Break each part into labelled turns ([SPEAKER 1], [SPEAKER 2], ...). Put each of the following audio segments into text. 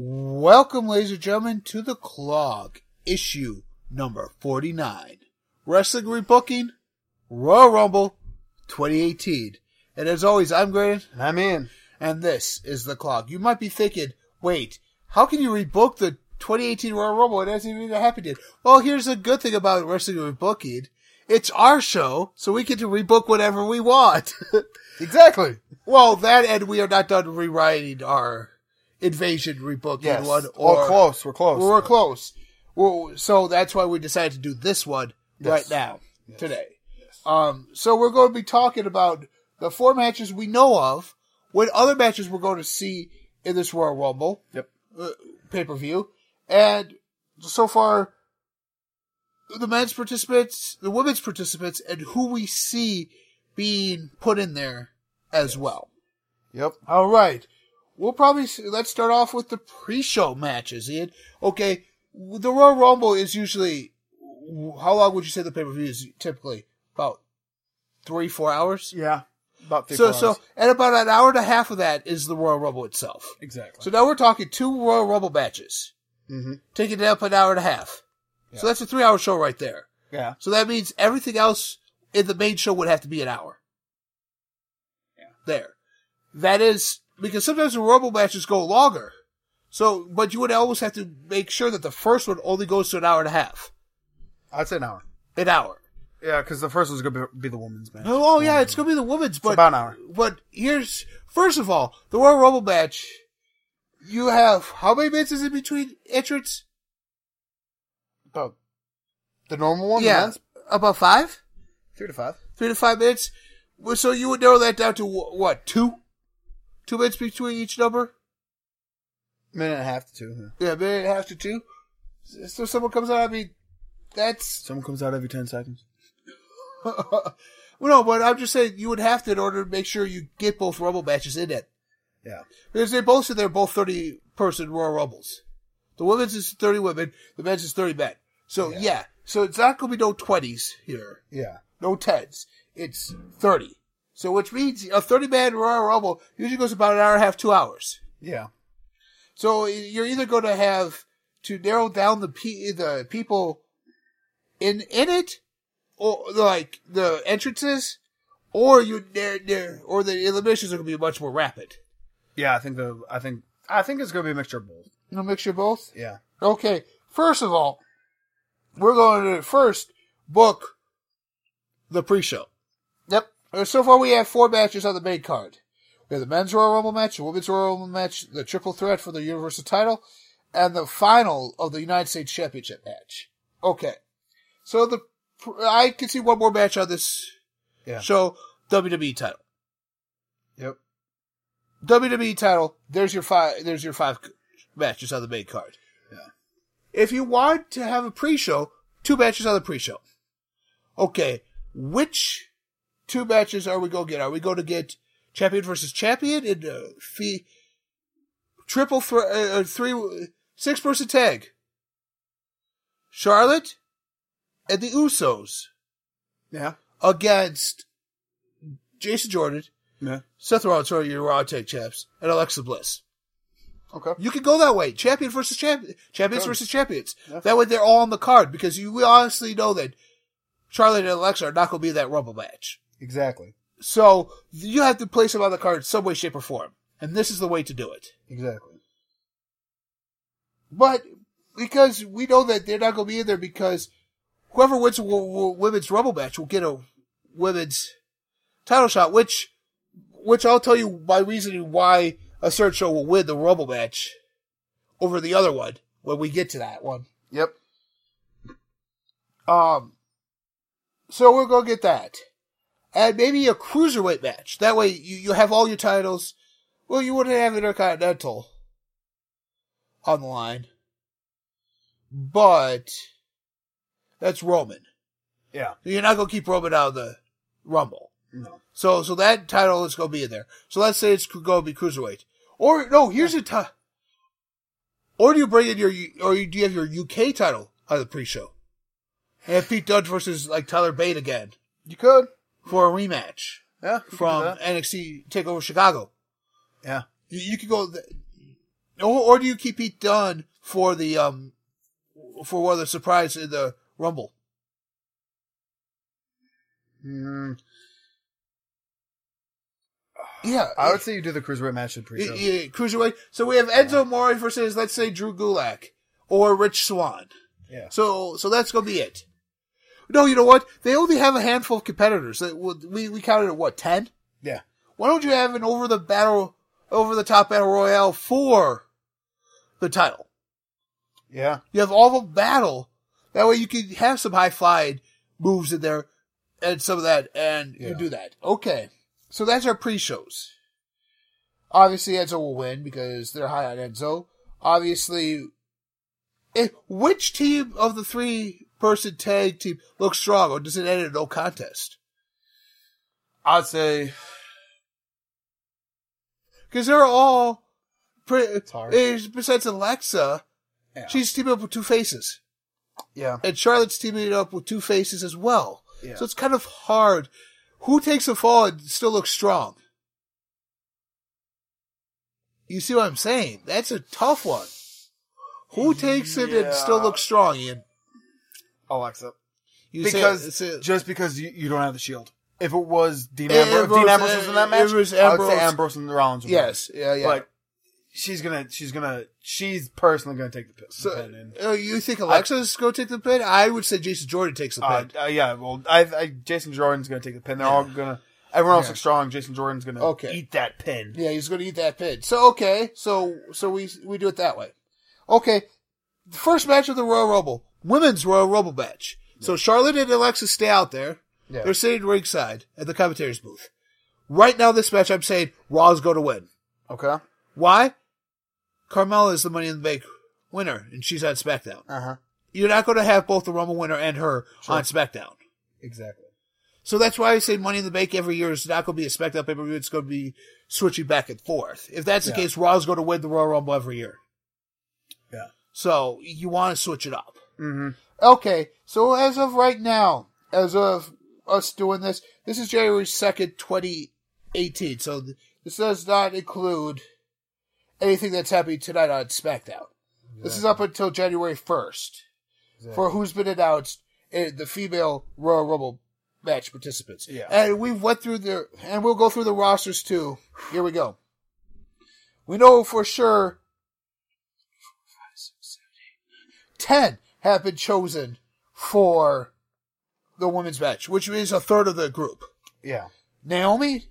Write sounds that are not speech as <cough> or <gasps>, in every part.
[SPEAKER 1] Welcome, ladies and gentlemen, to the Clog, issue number 49. Wrestling Rebooking, Royal Rumble 2018. And as always, I'm Graydon,
[SPEAKER 2] And I'm in.
[SPEAKER 1] and this is the Clog. You might be thinking, wait, how can you rebook the 2018 Royal Rumble? It hasn't even happened yet. Well, here's the good thing about Wrestling Rebooking. It's our show, so we get to rebook whatever we want. <laughs>
[SPEAKER 2] Exactly.
[SPEAKER 1] well, that and we are not done rewriting our invasion rebooking
[SPEAKER 2] Yes.
[SPEAKER 1] one
[SPEAKER 2] Or close. We're close.
[SPEAKER 1] We're close. We're, so that's why we decided to do this one
[SPEAKER 2] Yes.
[SPEAKER 1] right now, today. Um, so we're going to be talking about the four matches we know of, what other matches we're going to see in this Royal Rumble
[SPEAKER 2] Yep.
[SPEAKER 1] uh, pay per view, and so far, the men's participants, the women's participants, and who we see being put in there as well.
[SPEAKER 2] Yep.
[SPEAKER 1] All right. We'll probably s- let's start off with the pre-show matches. Ian. Okay, the Royal Rumble is usually how long would you say the pay-per-view is typically? About three, four hours.
[SPEAKER 2] Yeah. About three
[SPEAKER 1] so,
[SPEAKER 2] four
[SPEAKER 1] so,
[SPEAKER 2] hours.
[SPEAKER 1] and about an hour and a half of that is the Royal Rumble itself.
[SPEAKER 2] Exactly.
[SPEAKER 1] So now we're talking two Royal Rumble matches,
[SPEAKER 2] mm-hmm.
[SPEAKER 1] taking it up an hour and a half. So
[SPEAKER 2] Yeah.
[SPEAKER 1] that's a three-hour show right there.
[SPEAKER 2] Yeah.
[SPEAKER 1] So that means everything else in the main show would have to be an hour. Yeah. There. That is because sometimes the Rumble matches go longer. So, but you would always have to make sure that the first one only goes to an hour and a half.
[SPEAKER 2] I'd say an hour.
[SPEAKER 1] An hour.
[SPEAKER 2] Yeah, because the first one's gonna be, be the woman's match.
[SPEAKER 1] Oh, yeah, it's gonna be the women's, but
[SPEAKER 2] about an hour.
[SPEAKER 1] But here's first of all, the Royal Rumble match. You have how many minutes is in between entrance?
[SPEAKER 2] About the normal one. the
[SPEAKER 1] yeah,
[SPEAKER 2] men's?
[SPEAKER 1] about five,
[SPEAKER 2] Three to five.
[SPEAKER 1] three to five minutes. Well, So you would narrow that down to wh- what two, two minutes between each number.
[SPEAKER 2] Minute and a half to two. yeah.
[SPEAKER 1] Yeah, minute and a half to two. So someone comes out. I mean, that's <laughs>
[SPEAKER 2] Someone comes out every ten seconds.
[SPEAKER 1] well, no, but I'm just saying you would have to in order to make sure you get both Rumble matches in it
[SPEAKER 2] Yeah.
[SPEAKER 1] because they both said they're both thirty person Royal Rumbles. The women's is thirty women, the men's is thirty men. So yeah,
[SPEAKER 2] Yeah.
[SPEAKER 1] so it's not going to be no twenties here,
[SPEAKER 2] Yeah.
[SPEAKER 1] no tens. It's thirty. So which means a thirty man Royal Rumble usually goes about an hour and a half, two hours.
[SPEAKER 2] Yeah.
[SPEAKER 1] So you're either going to have to narrow down the pe- the people in in it, or like the entrances, or you there there or the eliminations are going to be much more rapid.
[SPEAKER 2] Yeah. I think the. I think. I think it's gonna be a mixture of both.
[SPEAKER 1] You know, mixture of both.
[SPEAKER 2] Yeah.
[SPEAKER 1] Okay, first of all, we're going to first book the pre-show.
[SPEAKER 2] Yep.
[SPEAKER 1] Uh, So far, we have four matches on the main card. We have the men's Royal Rumble match, the women's Royal Rumble match, the triple threat for the Universal title, and the final of the United States Championship match. Okay. So the, I can see one more match on this
[SPEAKER 2] Yeah.
[SPEAKER 1] show, WWE title.
[SPEAKER 2] Yep.
[SPEAKER 1] WWE E title, there's your five, there's your five matches on the main card.
[SPEAKER 2] Yeah.
[SPEAKER 1] If you want to have a pre-show, two matches on the pre-show. Okay, which two matches are we going to get? Are we going to get champion versus champion in uh, fee, triple thre- uh, uh, three six person tag? Charlotte and the Usos
[SPEAKER 2] Yeah.
[SPEAKER 1] against Jason Jordan,
[SPEAKER 2] Yeah.
[SPEAKER 1] Seth Rollins, sorry, your Raw tag champs, and Alexa Bliss.
[SPEAKER 2] Okay.
[SPEAKER 1] You could go that way. Champion versus champion. Champions
[SPEAKER 2] Sure.
[SPEAKER 1] versus champions.
[SPEAKER 2] Yeah.
[SPEAKER 1] That way they're all on the card because you we honestly know that Charlotte and Alexa are not going to be in that Rumble match.
[SPEAKER 2] Exactly.
[SPEAKER 1] So you have to place them on the card in some way, shape, or form. And this is the way to do it.
[SPEAKER 2] Exactly.
[SPEAKER 1] But because we know that they're not going to be in there because whoever wins a wo- wo- women's Rumble match will get a women's title shot, which, which I'll tell you my reasoning why a certain show will win the Rumble match over the other one when we get to that one.
[SPEAKER 2] Yep.
[SPEAKER 1] Um, so we're gonna get that, and maybe a cruiserweight match. That way, you you have all your titles. Well, you wouldn't have Intercontinental on the line, but that's Roman.
[SPEAKER 2] Yeah.
[SPEAKER 1] You're not gonna keep Roman out of the Rumble.
[SPEAKER 2] No.
[SPEAKER 1] So, so that title is gonna be in there. So let's say it's gonna be cruiserweight, or no, here's a ti- Or do you bring in your, or you, do you have your UK title on the pre-show? And have Pete Dunne versus like Tyler Bate again
[SPEAKER 2] You could.
[SPEAKER 1] for a rematch
[SPEAKER 2] Yeah. you could do
[SPEAKER 1] from
[SPEAKER 2] that.
[SPEAKER 1] NXT Takeover Chicago.
[SPEAKER 2] Yeah.
[SPEAKER 1] You, you could go. th- Or, or do you keep Pete Dunne for the um for one of the surprise in the Rumble?
[SPEAKER 2] Mm,
[SPEAKER 1] Yeah,
[SPEAKER 2] I would say you do the cruiserweight match in
[SPEAKER 1] yeah,
[SPEAKER 2] pre-show.
[SPEAKER 1] yeah, cruiserweight. So we have Enzo Mori versus let's say Drew Gulak or Rich Swan.
[SPEAKER 2] Yeah.
[SPEAKER 1] So so that's gonna be it. No, you know what? They only have a handful of competitors. They- We we counted at what ten?
[SPEAKER 2] Yeah.
[SPEAKER 1] Why don't you have an over the battle over the top battle royale for the title?
[SPEAKER 2] Yeah.
[SPEAKER 1] You have all the battle. That way you can have some high flying moves in there and some of that, and you
[SPEAKER 2] Yeah.
[SPEAKER 1] do that. Okay. So that's our pre shows. Obviously, Enzo will win because they're high on Enzo. Obviously, eh, which team of the three person tag team looks strong or does it end in no contest?
[SPEAKER 2] I'd say
[SPEAKER 1] Because they're all. Pre-
[SPEAKER 2] hard.
[SPEAKER 1] eh, besides Alexa,
[SPEAKER 2] yeah.
[SPEAKER 1] she's teaming up with two faces.
[SPEAKER 2] yeah.
[SPEAKER 1] and Charlotte's teaming it up with Two Faces as well.
[SPEAKER 2] Yeah.
[SPEAKER 1] So it's kind of hard. Who takes a fall and still looks strong? You see what I'm saying? That's a tough one. Who takes it and still
[SPEAKER 2] Yeah.
[SPEAKER 1] looks strong, Ian?
[SPEAKER 2] Alexa.
[SPEAKER 1] You say-
[SPEAKER 2] because
[SPEAKER 1] it's a-
[SPEAKER 2] just because you, you don't have the shield. If it was Dean
[SPEAKER 1] Eh,
[SPEAKER 2] Ambrose, if Dean
[SPEAKER 1] Ambrose,
[SPEAKER 2] Ambrose was in
[SPEAKER 1] eh,
[SPEAKER 2] that match,
[SPEAKER 1] it was
[SPEAKER 2] I would say
[SPEAKER 1] Ambrose.
[SPEAKER 2] Ambrose and Rollins. would win.
[SPEAKER 1] yes, yeah, yeah.
[SPEAKER 2] but she's gonna, she's gonna, she's personally gonna take the pin.
[SPEAKER 1] so,
[SPEAKER 2] the pin and,
[SPEAKER 1] uh, you think Alexa's go take the pin? I would say Jason Jordan takes the
[SPEAKER 2] uh,
[SPEAKER 1] pin.
[SPEAKER 2] uh, yeah, well, I, I, Jason Jordan's gonna take the pin. They're all gonna, everyone else
[SPEAKER 1] Yeah.
[SPEAKER 2] is strong. Jason Jordan's gonna
[SPEAKER 1] Okay.
[SPEAKER 2] eat that pin.
[SPEAKER 1] Yeah, he's going to eat that pin. So okay, so so we we do it that way. Okay, the first match of the Royal Rumble, women's Royal Rumble match. So Charlotte and Alexa stay out there.
[SPEAKER 2] Yeah.
[SPEAKER 1] They're sitting ringside at the commentators booth. Right now, this match, I'm saying Raw's going to win.
[SPEAKER 2] Okay. Uh
[SPEAKER 1] Why? Carmella is the Money in the Bank winner, and she's on SmackDown.
[SPEAKER 2] huh.
[SPEAKER 1] You're not going to have both the Rumble winner and her
[SPEAKER 2] Sure.
[SPEAKER 1] on SmackDown.
[SPEAKER 2] Exactly.
[SPEAKER 1] So that's why I say Money in the Bank every year is not going to be a SmackDown pay per view. It's going to be switching back and forth. If that's the
[SPEAKER 2] Yeah.
[SPEAKER 1] case, Raw's going to win the Royal Rumble every year.
[SPEAKER 2] Yeah.
[SPEAKER 1] So you want to switch it up.
[SPEAKER 2] Mm-hmm.
[SPEAKER 1] Okay. So as of right now, as of us doing this, this is January 2nd, 2018. So th- this does not include anything that's happening tonight on SmackDown. This is up until January 1st for who's been announced in the female Royal Rumble match participants.
[SPEAKER 2] Yeah.
[SPEAKER 1] And we've went through the and we'll go through the rosters too. Here we go. We know for sure ten have been chosen for the women's match, which is a third of the group.
[SPEAKER 2] yeah.
[SPEAKER 1] Naomi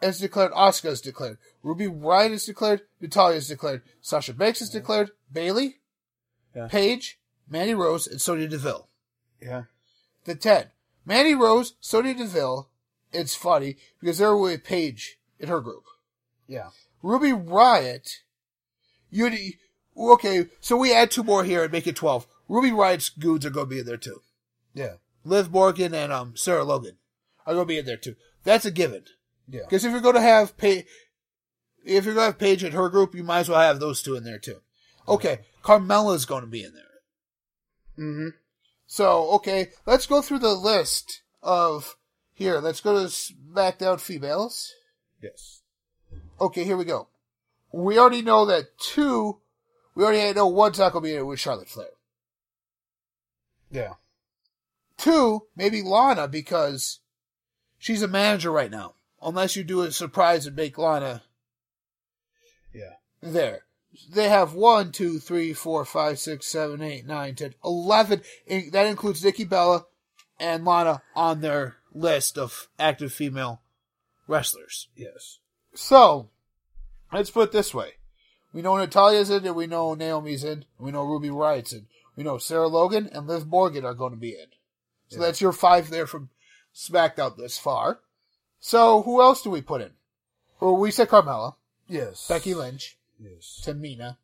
[SPEAKER 1] is declared, Asuka is declared, Ruby Riot is declared, Natalia is declared, Sasha Banks is declared, Bailey,
[SPEAKER 2] Yeah.
[SPEAKER 1] Paige, Mandy Rose, and Sonya Deville.
[SPEAKER 2] Yeah.
[SPEAKER 1] The 10. Mandy Rose, Sonya Deville. It's funny because they're with Paige in her group.
[SPEAKER 2] Yeah.
[SPEAKER 1] Ruby Riot, you okay, so we add two more here and make it 12. Ruby Riot's goons are going to be in there too.
[SPEAKER 2] Yeah.
[SPEAKER 1] Liv Morgan and um Sarah Logan are going to be in there too. That's a given.
[SPEAKER 2] Yeah.
[SPEAKER 1] Because if you're going to have Paige, if you're going to have Paige in her group, you might as well have those two in there too. Okay, Carmella's going to be in there.
[SPEAKER 2] Mm-hmm.
[SPEAKER 1] So okay, let's go through the list of here. Let's go to SmackDown females.
[SPEAKER 2] Yes.
[SPEAKER 1] Okay, here we go. We already know that two. We already know one's not going to be in it with Charlotte Flair.
[SPEAKER 2] Yeah.
[SPEAKER 1] Two, maybe Lana because she's a manager right now. Unless you do a surprise and make Lana
[SPEAKER 2] Yeah.
[SPEAKER 1] there. They have one, two, three, four, five, six, seven, eight, nine, ten, eleven. In- That includes Nikki Bella and Lana on their list of active female wrestlers.
[SPEAKER 2] Yes.
[SPEAKER 1] So, let's put it this way. We know Natalia's in and we know Naomi's in. We know Ruby Riot's in. We know Sarah Logan and Liv Morgan are going to be in. So
[SPEAKER 2] Yeah.
[SPEAKER 1] that's your five there from SmackDown this far. So who else do we put in? Well, we said Carmella,
[SPEAKER 2] Yes.
[SPEAKER 1] Becky Lynch,
[SPEAKER 2] Yes.
[SPEAKER 1] Tamina.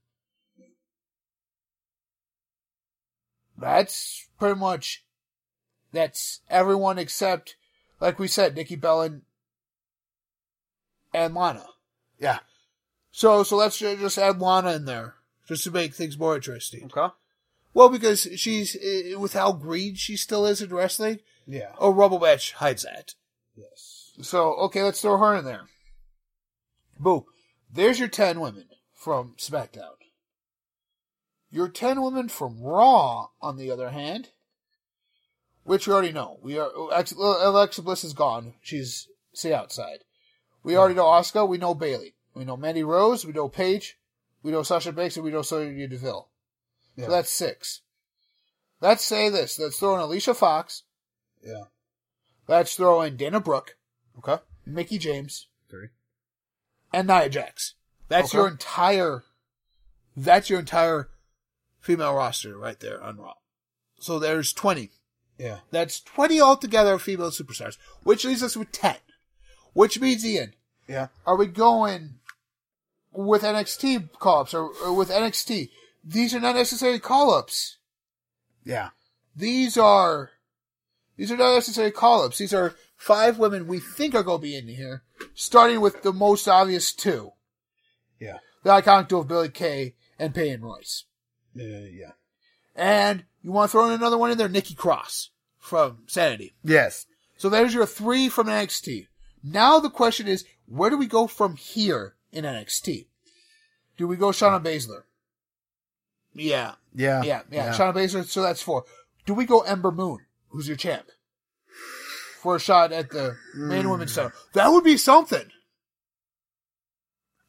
[SPEAKER 1] That's pretty much. That's everyone except, like we said, Nikki Bella and Lana.
[SPEAKER 2] Yeah.
[SPEAKER 1] So, so let's ju- just add Lana in there, just to make things more interesting.
[SPEAKER 2] Okay.
[SPEAKER 1] Well, because she's eh, with how green she still is in wrestling,
[SPEAKER 2] Yeah.
[SPEAKER 1] a rubble match hides that.
[SPEAKER 2] Yes.
[SPEAKER 1] So, okay, let's throw her in there. Boom. There's your ten women from SmackDown. Your 10 women from Raw, on the other hand, which we already know. We are Alexa- Alexa Bliss is gone. She's say outside. We already know Oscar. We know Bailey. We know Mandy Rose. We know Paige. We know Sasha Banks, and we know Sonya Deville.
[SPEAKER 2] Yeah.
[SPEAKER 1] So that's six. Let's say this. Let's throw in Alicia Fox.
[SPEAKER 2] yeah.
[SPEAKER 1] Let's throw in Dana Brooke,
[SPEAKER 2] Okay.
[SPEAKER 1] Mickey James,
[SPEAKER 2] Three.
[SPEAKER 1] and Nia Jax. That's
[SPEAKER 2] Okay.
[SPEAKER 1] your entire. That's your entire female roster right there on Raw. So there's twenty.
[SPEAKER 2] Yeah.
[SPEAKER 1] That's twenty altogether female superstars, which leaves us with ten. Which means Ian,
[SPEAKER 2] Yeah.
[SPEAKER 1] are we going with NXT call ups or, or with NXT? These are not necessary call ups.
[SPEAKER 2] Yeah.
[SPEAKER 1] These are these are not necessary call ups. These are five women we think are going to be in here, starting with the most obvious two:
[SPEAKER 2] Yeah.
[SPEAKER 1] the iconic duo of Billy Kay and Peyton Royce.
[SPEAKER 2] Uh, yeah.
[SPEAKER 1] And you want to throw in another one in there, Nikki Cross from Sanity.
[SPEAKER 2] Yes.
[SPEAKER 1] So there's your three from NXT. Now the question is, where do we go from here in NXT? Do we go Shauna Baszler? Yeah.
[SPEAKER 2] Yeah.
[SPEAKER 1] Yeah, yeah. Shauna Baszler, so that's four. Do we go Ember Moon, who's your champ? For a shot at the main
[SPEAKER 2] Hmm.
[SPEAKER 1] women's title. That would be something.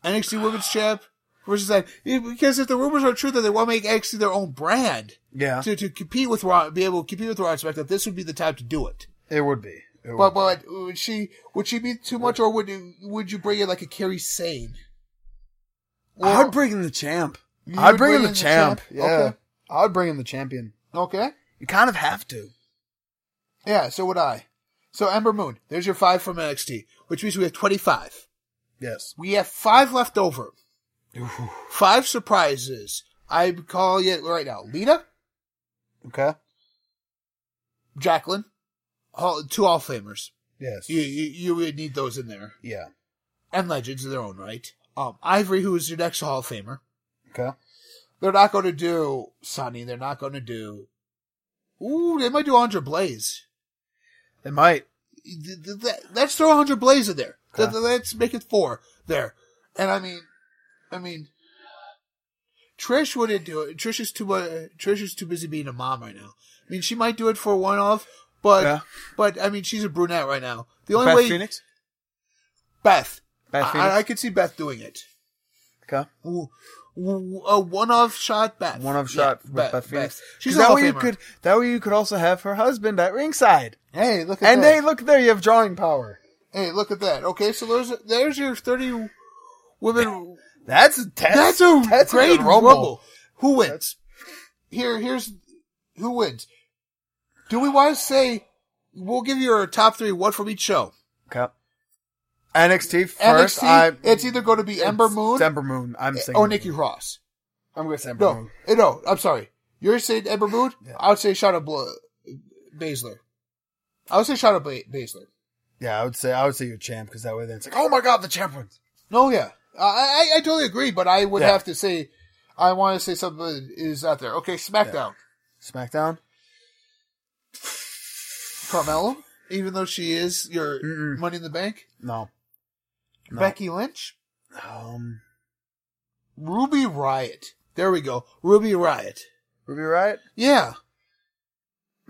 [SPEAKER 1] NXT women's champ versus that. Because if the rumors are true that they want to make NXT their own brand
[SPEAKER 2] Yeah.
[SPEAKER 1] to, to compete with Raw, be able to compete with Raw and SmackDown, this would be the time to do it.
[SPEAKER 2] It would be. It
[SPEAKER 1] But
[SPEAKER 2] would.
[SPEAKER 1] but would she would she be too much, or would you, would you bring in like a Kerry Sane?
[SPEAKER 2] I'd bring in the champ.
[SPEAKER 1] You
[SPEAKER 2] I'd
[SPEAKER 1] would
[SPEAKER 2] bring in the champ. Yeah.
[SPEAKER 1] Okay.
[SPEAKER 2] I'd bring in the champion.
[SPEAKER 1] Okay.
[SPEAKER 2] You kind of have to.
[SPEAKER 1] Yeah. So would I. So Ember Moon, there's your five from NXT, which means we have 25.
[SPEAKER 2] Yes.
[SPEAKER 1] We have five left over. Five surprises. I'm calling it right now. Lita,
[SPEAKER 2] Okay.
[SPEAKER 1] Jacqueline, all, two All Famers.
[SPEAKER 2] Yes.
[SPEAKER 1] You, you you would need those in there,
[SPEAKER 2] yeah.
[SPEAKER 1] and legends in their own right. Um, Ivory, who is your next Hall of Famer.
[SPEAKER 2] Okay.
[SPEAKER 1] They're not going to do Sonny. They're not going to do. Ooh, they might do Andre Blaze.
[SPEAKER 2] It might.
[SPEAKER 1] Th- th- th- Let's throw Andre Blaze in there. Th-
[SPEAKER 2] Okay.
[SPEAKER 1] th- Let's make it four there. And I mean, I mean, Trish wouldn't do it. Trish is too uh, Trish is too busy being a mom right now. I mean, she might do it for one off, but
[SPEAKER 2] Yeah.
[SPEAKER 1] but I mean, she's a brunette right now. The only
[SPEAKER 2] Beth
[SPEAKER 1] way
[SPEAKER 2] Phoenix.
[SPEAKER 1] Beth,
[SPEAKER 2] Beth
[SPEAKER 1] I-
[SPEAKER 2] Phoenix.
[SPEAKER 1] I, I could see Beth doing it.
[SPEAKER 2] okay.
[SPEAKER 1] Ooh, ooh, a one-off shot Beth.
[SPEAKER 2] One of
[SPEAKER 1] Yeah,
[SPEAKER 2] shot with Beth, Phoenix.
[SPEAKER 1] She's a
[SPEAKER 2] 'Cause that
[SPEAKER 1] Hall of
[SPEAKER 2] way you
[SPEAKER 1] Famer.
[SPEAKER 2] could. That way you could also have her husband at ringside.
[SPEAKER 1] Hey, look at
[SPEAKER 2] And
[SPEAKER 1] that.
[SPEAKER 2] hey, look there. You have drawing power.
[SPEAKER 1] Hey, look at that. Okay, so there's there's your thirty women.
[SPEAKER 2] That's a test.
[SPEAKER 1] That's a
[SPEAKER 2] that's
[SPEAKER 1] great
[SPEAKER 2] good
[SPEAKER 1] rumble.
[SPEAKER 2] rumble.
[SPEAKER 1] Who wins? Here, here's who wins. Do we want to say we'll give you our top three, one from each show?
[SPEAKER 2] Okay. NXT first.
[SPEAKER 1] NXT,
[SPEAKER 2] I,
[SPEAKER 1] it's either going to be Ember
[SPEAKER 2] it's
[SPEAKER 1] Moon
[SPEAKER 2] Ember Moon. I'm saying.
[SPEAKER 1] or Nikki Cross.
[SPEAKER 2] I'm going to say Ember
[SPEAKER 1] No,
[SPEAKER 2] Moon.
[SPEAKER 1] eh, no, I'm sorry. You're saying Ember Moon.
[SPEAKER 2] Yeah.
[SPEAKER 1] I would say Shana Bla- Baszler. I would say Shana ba- Baszler.
[SPEAKER 2] Yeah, I would say I would say you're champ because that way then it's like, oh my god, the champ wins.
[SPEAKER 1] No, yeah, I I, I totally agree, but I would
[SPEAKER 2] Yeah.
[SPEAKER 1] have to say, I want to say something is out there. Okay, SmackDown,
[SPEAKER 2] SmackDown.
[SPEAKER 1] Carmella, even though she is your
[SPEAKER 2] Mm-mm.
[SPEAKER 1] Money in the Bank,
[SPEAKER 2] No. No.
[SPEAKER 1] Becky Lynch,
[SPEAKER 2] Um.
[SPEAKER 1] Ruby Riot. There we go, Ruby Riot.
[SPEAKER 2] Ruby Riot.
[SPEAKER 1] Yeah,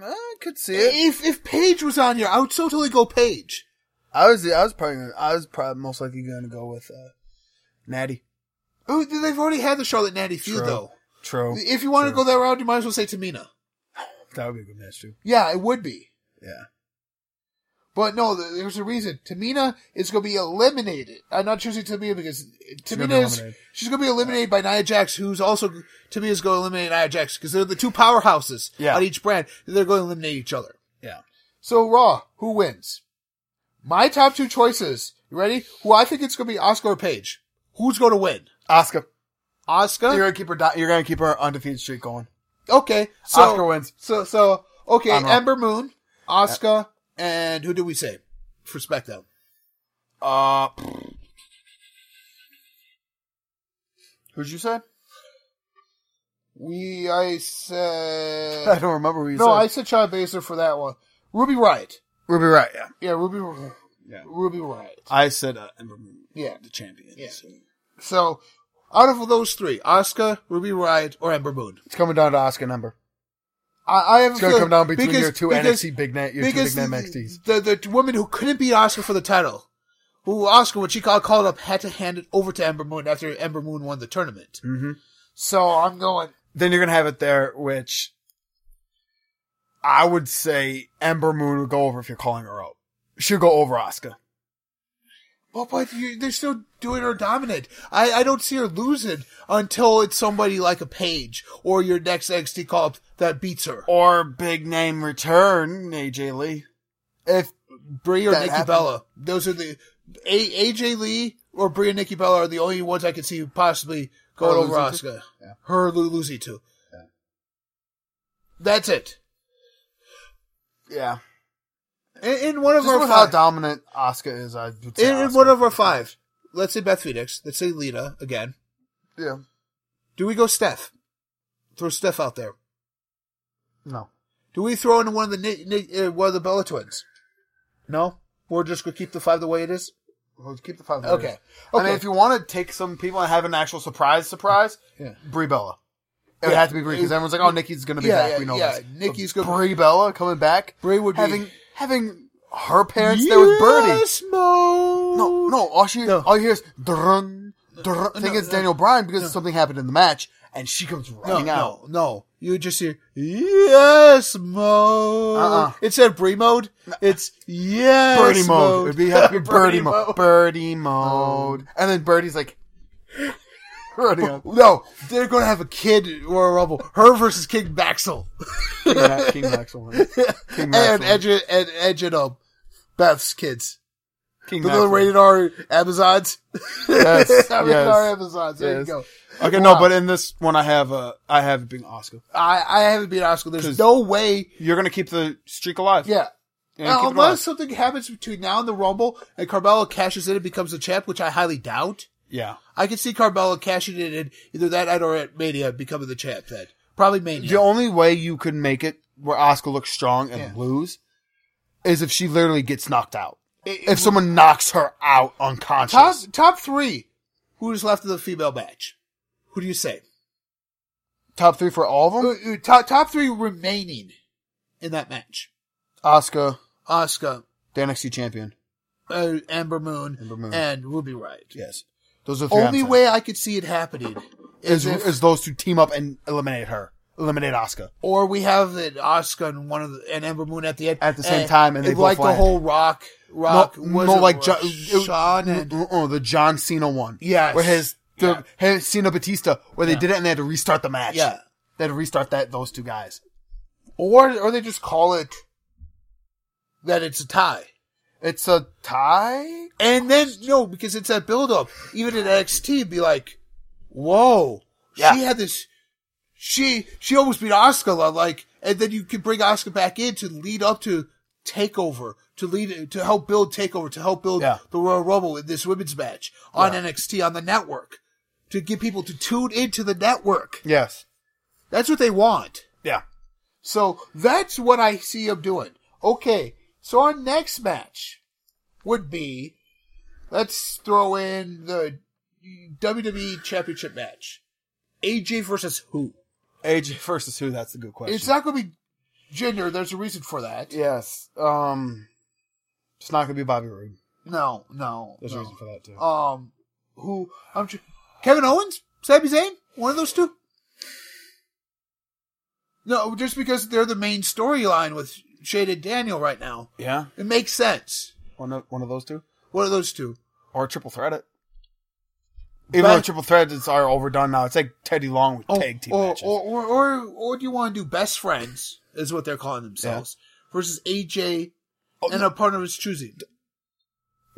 [SPEAKER 2] I could see it.
[SPEAKER 1] if if Paige was on here, I would so totally go Paige.
[SPEAKER 2] I was I was probably gonna, I was probably most likely going to go with uh, Natty.
[SPEAKER 1] Oh, they've already had the Charlotte Natty feud
[SPEAKER 2] True.
[SPEAKER 1] though.
[SPEAKER 2] True.
[SPEAKER 1] If you want to
[SPEAKER 2] True.
[SPEAKER 1] go that route, you might as well say Tamina.
[SPEAKER 2] That would be a good match too.
[SPEAKER 1] Yeah, it would be.
[SPEAKER 2] Yeah.
[SPEAKER 1] But no, th- there's a reason. Tamina is going to be eliminated. I'm not choosing Tamina because
[SPEAKER 2] gonna be
[SPEAKER 1] Tamina is
[SPEAKER 2] eliminated.
[SPEAKER 1] she's going to be eliminated by Nia Jax, who's also Tamina's going to eliminate Nia Jax because they're the two powerhouses
[SPEAKER 2] Yeah.
[SPEAKER 1] on each brand. They're going to eliminate each other.
[SPEAKER 2] Yeah.
[SPEAKER 1] So Raw, who wins? My top two choices. You ready? Who I think it's going to be Oscar or Paige. Who's going to win?
[SPEAKER 2] Oscar.
[SPEAKER 1] Oscar.
[SPEAKER 2] You're gonna keep her. di- You're gonna keep her undefeated streak going.
[SPEAKER 1] okay. So
[SPEAKER 2] Asuka wins. <laughs>
[SPEAKER 1] So so okay.
[SPEAKER 2] I'm wrong.
[SPEAKER 1] Ember Moon, Oscar, and who do we say for SmackDown?
[SPEAKER 2] Uh. Who'd you say?
[SPEAKER 1] We I
[SPEAKER 2] I
[SPEAKER 1] said
[SPEAKER 2] don't remember who <laughs> you
[SPEAKER 1] no.
[SPEAKER 2] said.
[SPEAKER 1] I said Chad Baszler for that one. Ruby Riot.
[SPEAKER 2] Ruby Riot. Yeah.
[SPEAKER 1] Yeah, Ruby.
[SPEAKER 2] Yeah.
[SPEAKER 1] Ruby Riot.
[SPEAKER 2] I said uh, Ember Moon,
[SPEAKER 1] Yeah.
[SPEAKER 2] the champion.
[SPEAKER 1] Yeah.
[SPEAKER 2] so-
[SPEAKER 1] So Out of those three, Asuka, Ruby Riot, or Ember Moon,
[SPEAKER 2] It's coming down to Oscar number.
[SPEAKER 1] I, I have
[SPEAKER 2] It's
[SPEAKER 1] a
[SPEAKER 2] gonna
[SPEAKER 1] feeling-
[SPEAKER 2] come down between
[SPEAKER 1] because-
[SPEAKER 2] your two
[SPEAKER 1] because-
[SPEAKER 2] NXT big net, your two
[SPEAKER 1] because
[SPEAKER 2] big net
[SPEAKER 1] the-
[SPEAKER 2] NXTs.
[SPEAKER 1] The, the woman who couldn't beat Oscar for the title, who Oscar when she got called up had to hand it over to Ember Moon after Ember Moon won the tournament.
[SPEAKER 2] Mm-hmm.
[SPEAKER 1] So I'm going.
[SPEAKER 2] Then you're gonna have it there, which I would say Ember Moon would go over if you're calling her up. She'll go over Oscar.
[SPEAKER 1] Well, but you, they're still doing her dominant. I, I don't see her losing until it's somebody like a Page or your next NXT call up that beats her.
[SPEAKER 2] Or big name return, AJ Lee. If
[SPEAKER 1] Brie or
[SPEAKER 2] That
[SPEAKER 1] Nikki
[SPEAKER 2] happened.
[SPEAKER 1] Bella. Those are the a- AJ Lee or Brie and Nikki Bella are the only ones I can see possibly going
[SPEAKER 2] Her
[SPEAKER 1] over
[SPEAKER 2] Oh, losing
[SPEAKER 1] Asuka.
[SPEAKER 2] Yeah.
[SPEAKER 1] Her Lu losing to. That's it.
[SPEAKER 2] yeah.
[SPEAKER 1] In, in one of
[SPEAKER 2] Just
[SPEAKER 1] our
[SPEAKER 2] with how
[SPEAKER 1] five,
[SPEAKER 2] dominant Oscar is, I would say
[SPEAKER 1] in, in
[SPEAKER 2] Asuka.
[SPEAKER 1] one of our five, let's say Beth Phoenix, let's say Lita again.
[SPEAKER 2] Yeah.
[SPEAKER 1] Do we go Steph? Throw Steph out there.
[SPEAKER 2] No.
[SPEAKER 1] Do we throw in one of the Ni- Ni- uh, one of the Bella twins? No, we're just gonna keep the five the way it is.
[SPEAKER 2] We'll keep the five.
[SPEAKER 1] Okay.
[SPEAKER 2] I
[SPEAKER 1] Okay.
[SPEAKER 2] mean, if you want to take some people and have an actual surprise, surprise,
[SPEAKER 1] Yeah.
[SPEAKER 2] Brie Bella. It would
[SPEAKER 1] Yeah.
[SPEAKER 2] have to be Brie because everyone's like, "Oh, Nikki's gonna be
[SPEAKER 1] Yeah,
[SPEAKER 2] back."
[SPEAKER 1] yeah,
[SPEAKER 2] we know
[SPEAKER 1] yeah.
[SPEAKER 2] this.
[SPEAKER 1] Nikki's
[SPEAKER 2] But
[SPEAKER 1] gonna-
[SPEAKER 2] Brie Bella coming back.
[SPEAKER 1] Brie would be-
[SPEAKER 2] having having her parents there with Birdie.
[SPEAKER 1] Yes, Mo.
[SPEAKER 2] No, no. All she
[SPEAKER 1] No.
[SPEAKER 2] all you hear is drun, drun. I think
[SPEAKER 1] no,
[SPEAKER 2] it's
[SPEAKER 1] no.
[SPEAKER 2] Daniel Bryan because something happened in the match, and she comes
[SPEAKER 1] No,
[SPEAKER 2] running
[SPEAKER 1] no,
[SPEAKER 2] out.
[SPEAKER 1] no. You would just hear yes mode.
[SPEAKER 2] Uh-uh.
[SPEAKER 1] It's at Brie mode. It's yes
[SPEAKER 2] Birdie mode. It'd
[SPEAKER 1] <laughs>
[SPEAKER 2] be happy birdie, mode.
[SPEAKER 1] mode.
[SPEAKER 2] Birdie mode. And then Birdie's like <laughs> running out.
[SPEAKER 1] No, they're gonna have a kid or a Rumble. Her versus King Baxel
[SPEAKER 2] King <laughs> Maxwell. King
[SPEAKER 1] and
[SPEAKER 2] Maxwell.
[SPEAKER 1] Edge and Edge and um, Beth's kids.
[SPEAKER 2] King
[SPEAKER 1] The little
[SPEAKER 2] Maxwell.
[SPEAKER 1] rated R Amazons. <laughs>
[SPEAKER 2] Yes, <laughs>
[SPEAKER 1] rated R
[SPEAKER 2] yes.
[SPEAKER 1] Amazons. There you
[SPEAKER 2] Yes.
[SPEAKER 1] go.
[SPEAKER 2] Okay, no,
[SPEAKER 1] Wow.
[SPEAKER 2] but in this one, I have uh, I have it being Oscar.
[SPEAKER 1] I, I haven't been Oscar.
[SPEAKER 2] 'Cause-
[SPEAKER 1] There's no way.
[SPEAKER 2] You're gonna keep the streak alive.
[SPEAKER 1] Yeah.
[SPEAKER 2] and
[SPEAKER 1] Now,
[SPEAKER 2] keep it
[SPEAKER 1] unless
[SPEAKER 2] alive.
[SPEAKER 1] something happens between now and the Rumble and Carmella cashes in and becomes the champ, which I highly doubt,
[SPEAKER 2] yeah.
[SPEAKER 1] I could see Carmella cashing it in either that night or at Mania becoming the champ then. Probably Mania.
[SPEAKER 2] The only way you could make it where Oscar looks strong and
[SPEAKER 1] Yeah.
[SPEAKER 2] lose is if she literally gets knocked out.
[SPEAKER 1] It- it-
[SPEAKER 2] If someone knocks her out unconscious.
[SPEAKER 1] top, top three, who's left in the female match? Who do you say?
[SPEAKER 2] Top three for all of
[SPEAKER 1] Who-
[SPEAKER 2] them.
[SPEAKER 1] who- Top, top three remaining in that match.
[SPEAKER 2] Oscar,
[SPEAKER 1] Asuka,
[SPEAKER 2] the NXT champion.
[SPEAKER 1] uh, Amber, Moon,
[SPEAKER 2] Amber Moon.
[SPEAKER 1] and Ruby Riot.
[SPEAKER 2] Yes, those are the three
[SPEAKER 1] only
[SPEAKER 2] I'm saying.
[SPEAKER 1] way I could see it happening is,
[SPEAKER 2] is
[SPEAKER 1] if-
[SPEAKER 2] is those two team up and eliminate her, eliminate Oscar.
[SPEAKER 1] or we have it Oscar and one of the, and Ember Moon at the end
[SPEAKER 2] At the same time, and they both
[SPEAKER 1] like the
[SPEAKER 2] land.
[SPEAKER 1] whole Rock Rock
[SPEAKER 2] no,
[SPEAKER 1] was
[SPEAKER 2] no,
[SPEAKER 1] it
[SPEAKER 2] like John,
[SPEAKER 1] Sean and
[SPEAKER 2] uh, the John Cena one.
[SPEAKER 1] Yes.
[SPEAKER 2] where his the his Cena Batista, where they
[SPEAKER 1] Yeah.
[SPEAKER 2] did it and they had to restart the match.
[SPEAKER 1] yeah,
[SPEAKER 2] they had to restart that those two guys.
[SPEAKER 1] or or they just call it that it's a tie.
[SPEAKER 2] It's a tie.
[SPEAKER 1] And then no, because it's that build up. Even in NXT, be like, whoa,
[SPEAKER 2] Yeah.
[SPEAKER 1] she had this. She she almost beat Oscar like, and then you can bring Oscar back in to lead up to Takeover, to lead to help build Takeover, to help build
[SPEAKER 2] Yeah.
[SPEAKER 1] the Royal Rumble in this women's match on NXT on the network, to get people to tune into the network.
[SPEAKER 2] Yes.
[SPEAKER 1] That's what they want.
[SPEAKER 2] Yeah.
[SPEAKER 1] So that's what I see him doing. Okay, so our next match would be let's throw in the WWE Championship match. AJ versus who?
[SPEAKER 2] AJ versus who? That's a good question.
[SPEAKER 1] It's not going to be gender. There's a reason for that.
[SPEAKER 2] yes. Um, it's not gonna be Bobby Roode.
[SPEAKER 1] No, no.
[SPEAKER 2] There's
[SPEAKER 1] no.
[SPEAKER 2] a reason for that too.
[SPEAKER 1] Um, who? I'm tr- Kevin Owens, Sami Zayn, one of those two. No, just because they're the main storyline with Shade and Daniel right now,
[SPEAKER 2] yeah.
[SPEAKER 1] it makes sense.
[SPEAKER 2] One of one of those two,
[SPEAKER 1] One of those two.
[SPEAKER 2] or triple threat it. Even
[SPEAKER 1] But-
[SPEAKER 2] though triple threats are overdone now, it's like Teddy Long with tag team
[SPEAKER 1] or,
[SPEAKER 2] matches.
[SPEAKER 1] Or, Oh, or, or, or do you want to do best friends, is what they're calling themselves, versus AJ
[SPEAKER 2] Oh,
[SPEAKER 1] and a partner of his choosing.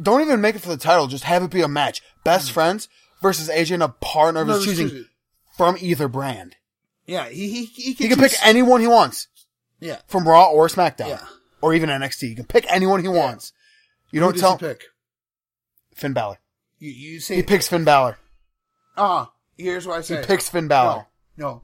[SPEAKER 2] Don't even make it for the title. Just have it be a match. Best
[SPEAKER 1] Mm.
[SPEAKER 2] friends versus AJ and a partner of
[SPEAKER 1] Partner of
[SPEAKER 2] his
[SPEAKER 1] his
[SPEAKER 2] choosing from either brand.
[SPEAKER 1] Yeah, he, he, he can,
[SPEAKER 2] He can
[SPEAKER 1] choose-
[SPEAKER 2] pick anyone he wants
[SPEAKER 1] Yeah.
[SPEAKER 2] from Raw or SmackDown
[SPEAKER 1] Yeah.
[SPEAKER 2] or even NXT. He can pick anyone he wants. You
[SPEAKER 1] Who
[SPEAKER 2] don't
[SPEAKER 1] does
[SPEAKER 2] tell
[SPEAKER 1] he pick?
[SPEAKER 2] Finn Balor.
[SPEAKER 1] You, you
[SPEAKER 2] He
[SPEAKER 1] say,
[SPEAKER 2] picks Finn Balor.
[SPEAKER 1] ah, here's what I
[SPEAKER 2] He
[SPEAKER 1] say.
[SPEAKER 2] picks Finn
[SPEAKER 1] no,
[SPEAKER 2] Balor.
[SPEAKER 1] no.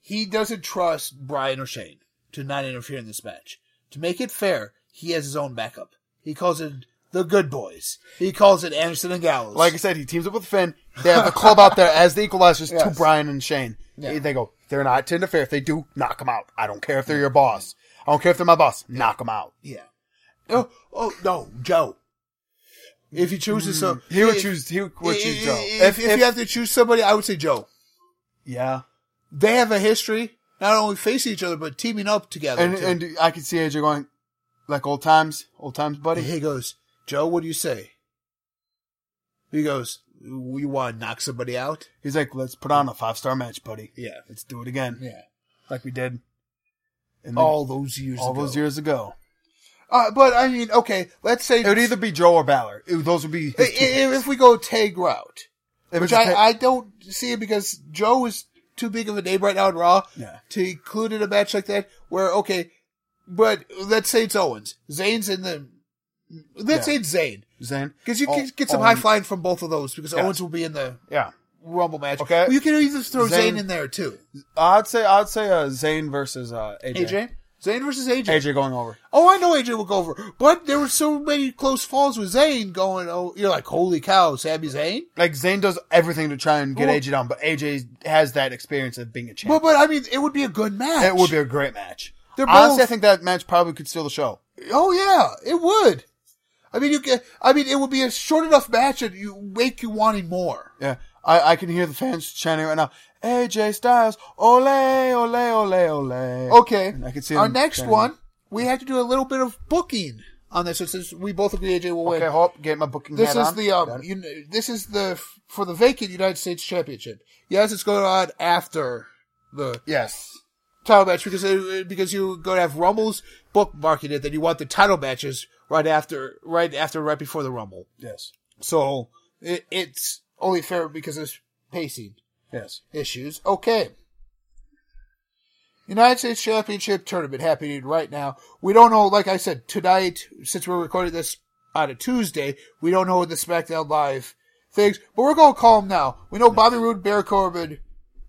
[SPEAKER 1] He doesn't trust Brian or Shane to not interfere in this match. To make it fair, he has his own backup. He calls it the good boys. He calls it Anderson and Gallows. <laughs>
[SPEAKER 2] Like I said, he teams up with Finn. They have the club out there as the equalizers to
[SPEAKER 1] Yes.
[SPEAKER 2] Brian and Shane.
[SPEAKER 1] Yeah.
[SPEAKER 2] They go, they're not to interfere. If they do, knock them out. I don't care if they're your boss. I don't care if they're my boss. Knock them out.
[SPEAKER 1] Yeah. Oh, oh no, Joe. If you choose to, so
[SPEAKER 2] Mm, He would
[SPEAKER 1] if-
[SPEAKER 2] choose. He would would choose Joe.
[SPEAKER 1] If, if, you have to choose somebody, I would say Joe.
[SPEAKER 2] yeah,
[SPEAKER 1] They have a history, not only facing each other, but teaming up together.
[SPEAKER 2] and
[SPEAKER 1] too.
[SPEAKER 2] and I could see AJ going like old times, old times,
[SPEAKER 1] And
[SPEAKER 2] buddy.
[SPEAKER 1] he goes, Joe, what do you say? He goes, you want to knock somebody out?
[SPEAKER 2] He's like, let's put on a five star match, buddy.
[SPEAKER 1] Yeah.
[SPEAKER 2] Let's do it again,
[SPEAKER 1] Yeah.
[SPEAKER 2] like we did in the,
[SPEAKER 1] All those years
[SPEAKER 2] all
[SPEAKER 1] ago.
[SPEAKER 2] those years ago.
[SPEAKER 1] Uh, but I mean, okay, let's say
[SPEAKER 2] It would either be Joe or Balor. It- those would be his
[SPEAKER 1] i- i-
[SPEAKER 2] two picks.
[SPEAKER 1] if we go tag route,
[SPEAKER 2] If
[SPEAKER 1] which
[SPEAKER 2] it's a
[SPEAKER 1] I,
[SPEAKER 2] pick-
[SPEAKER 1] I don't see it because Joe is too big of a name right now in Raw
[SPEAKER 2] Yeah.
[SPEAKER 1] to include in a match like that where, okay, but let's say it's Owens. Zane's in the, let's say
[SPEAKER 2] Yeah.
[SPEAKER 1] it's Zane.
[SPEAKER 2] Zayn.
[SPEAKER 1] Because you
[SPEAKER 2] Oh,
[SPEAKER 1] can get some
[SPEAKER 2] oh,
[SPEAKER 1] high flying from both of those because
[SPEAKER 2] Yes.
[SPEAKER 1] Owens will be in the
[SPEAKER 2] Yeah,
[SPEAKER 1] Rumble match.
[SPEAKER 2] Okay.
[SPEAKER 1] You can either throw
[SPEAKER 2] Zayn-
[SPEAKER 1] Zayn in there too.
[SPEAKER 2] I'd say I'd say uh, Zayn versus uh, AJ.
[SPEAKER 1] AJ? Zayn versus AJ.
[SPEAKER 2] AJ going over.
[SPEAKER 1] Oh, I know AJ will go over, but there were so many close falls with Zayn going. Oh, you're like, holy cow, Sami Zayn.
[SPEAKER 2] Like Zayn does everything to try and get
[SPEAKER 1] Well-
[SPEAKER 2] AJ down, but AJ has that experience of being a champion.
[SPEAKER 1] But but I mean, it would be a good match.
[SPEAKER 2] It would be a great match.
[SPEAKER 1] They're
[SPEAKER 2] Honestly,
[SPEAKER 1] both-
[SPEAKER 2] I think that match probably could steal the show.
[SPEAKER 1] Oh yeah, it would. I mean, you can. I mean, it would be a short enough match that you make you wanting more.
[SPEAKER 2] Yeah, I, I can hear the fans chanting right now. AJ Styles, ole ole ole ole.
[SPEAKER 1] Okay.
[SPEAKER 2] I can see
[SPEAKER 1] our
[SPEAKER 2] them
[SPEAKER 1] next
[SPEAKER 2] saying-
[SPEAKER 1] one. We have to do a little bit of booking on this. Since we both agree AJ will win.
[SPEAKER 2] okay. Hope get my booking.
[SPEAKER 1] This
[SPEAKER 2] hat
[SPEAKER 1] is
[SPEAKER 2] on.
[SPEAKER 1] the
[SPEAKER 2] Got
[SPEAKER 1] um,
[SPEAKER 2] it.
[SPEAKER 1] you, kn- this is the for the vacant United States Championship. Yes, it's going on after the
[SPEAKER 2] yes.
[SPEAKER 1] title match because uh, because you're going to have Rumbles bookmarking it. Then you want the title matches right after, right after, right before the Rumble.
[SPEAKER 2] Yes.
[SPEAKER 1] So it, it's only fair because of pacing
[SPEAKER 2] Yes.
[SPEAKER 1] issues. Okay. United States Championship tournament happening right now. We don't know, like I said, tonight, since we're recording this on a Tuesday, we don't know the SmackDown Live things, but we're going to call them now. We know Bobby Roode, Baron Corbin,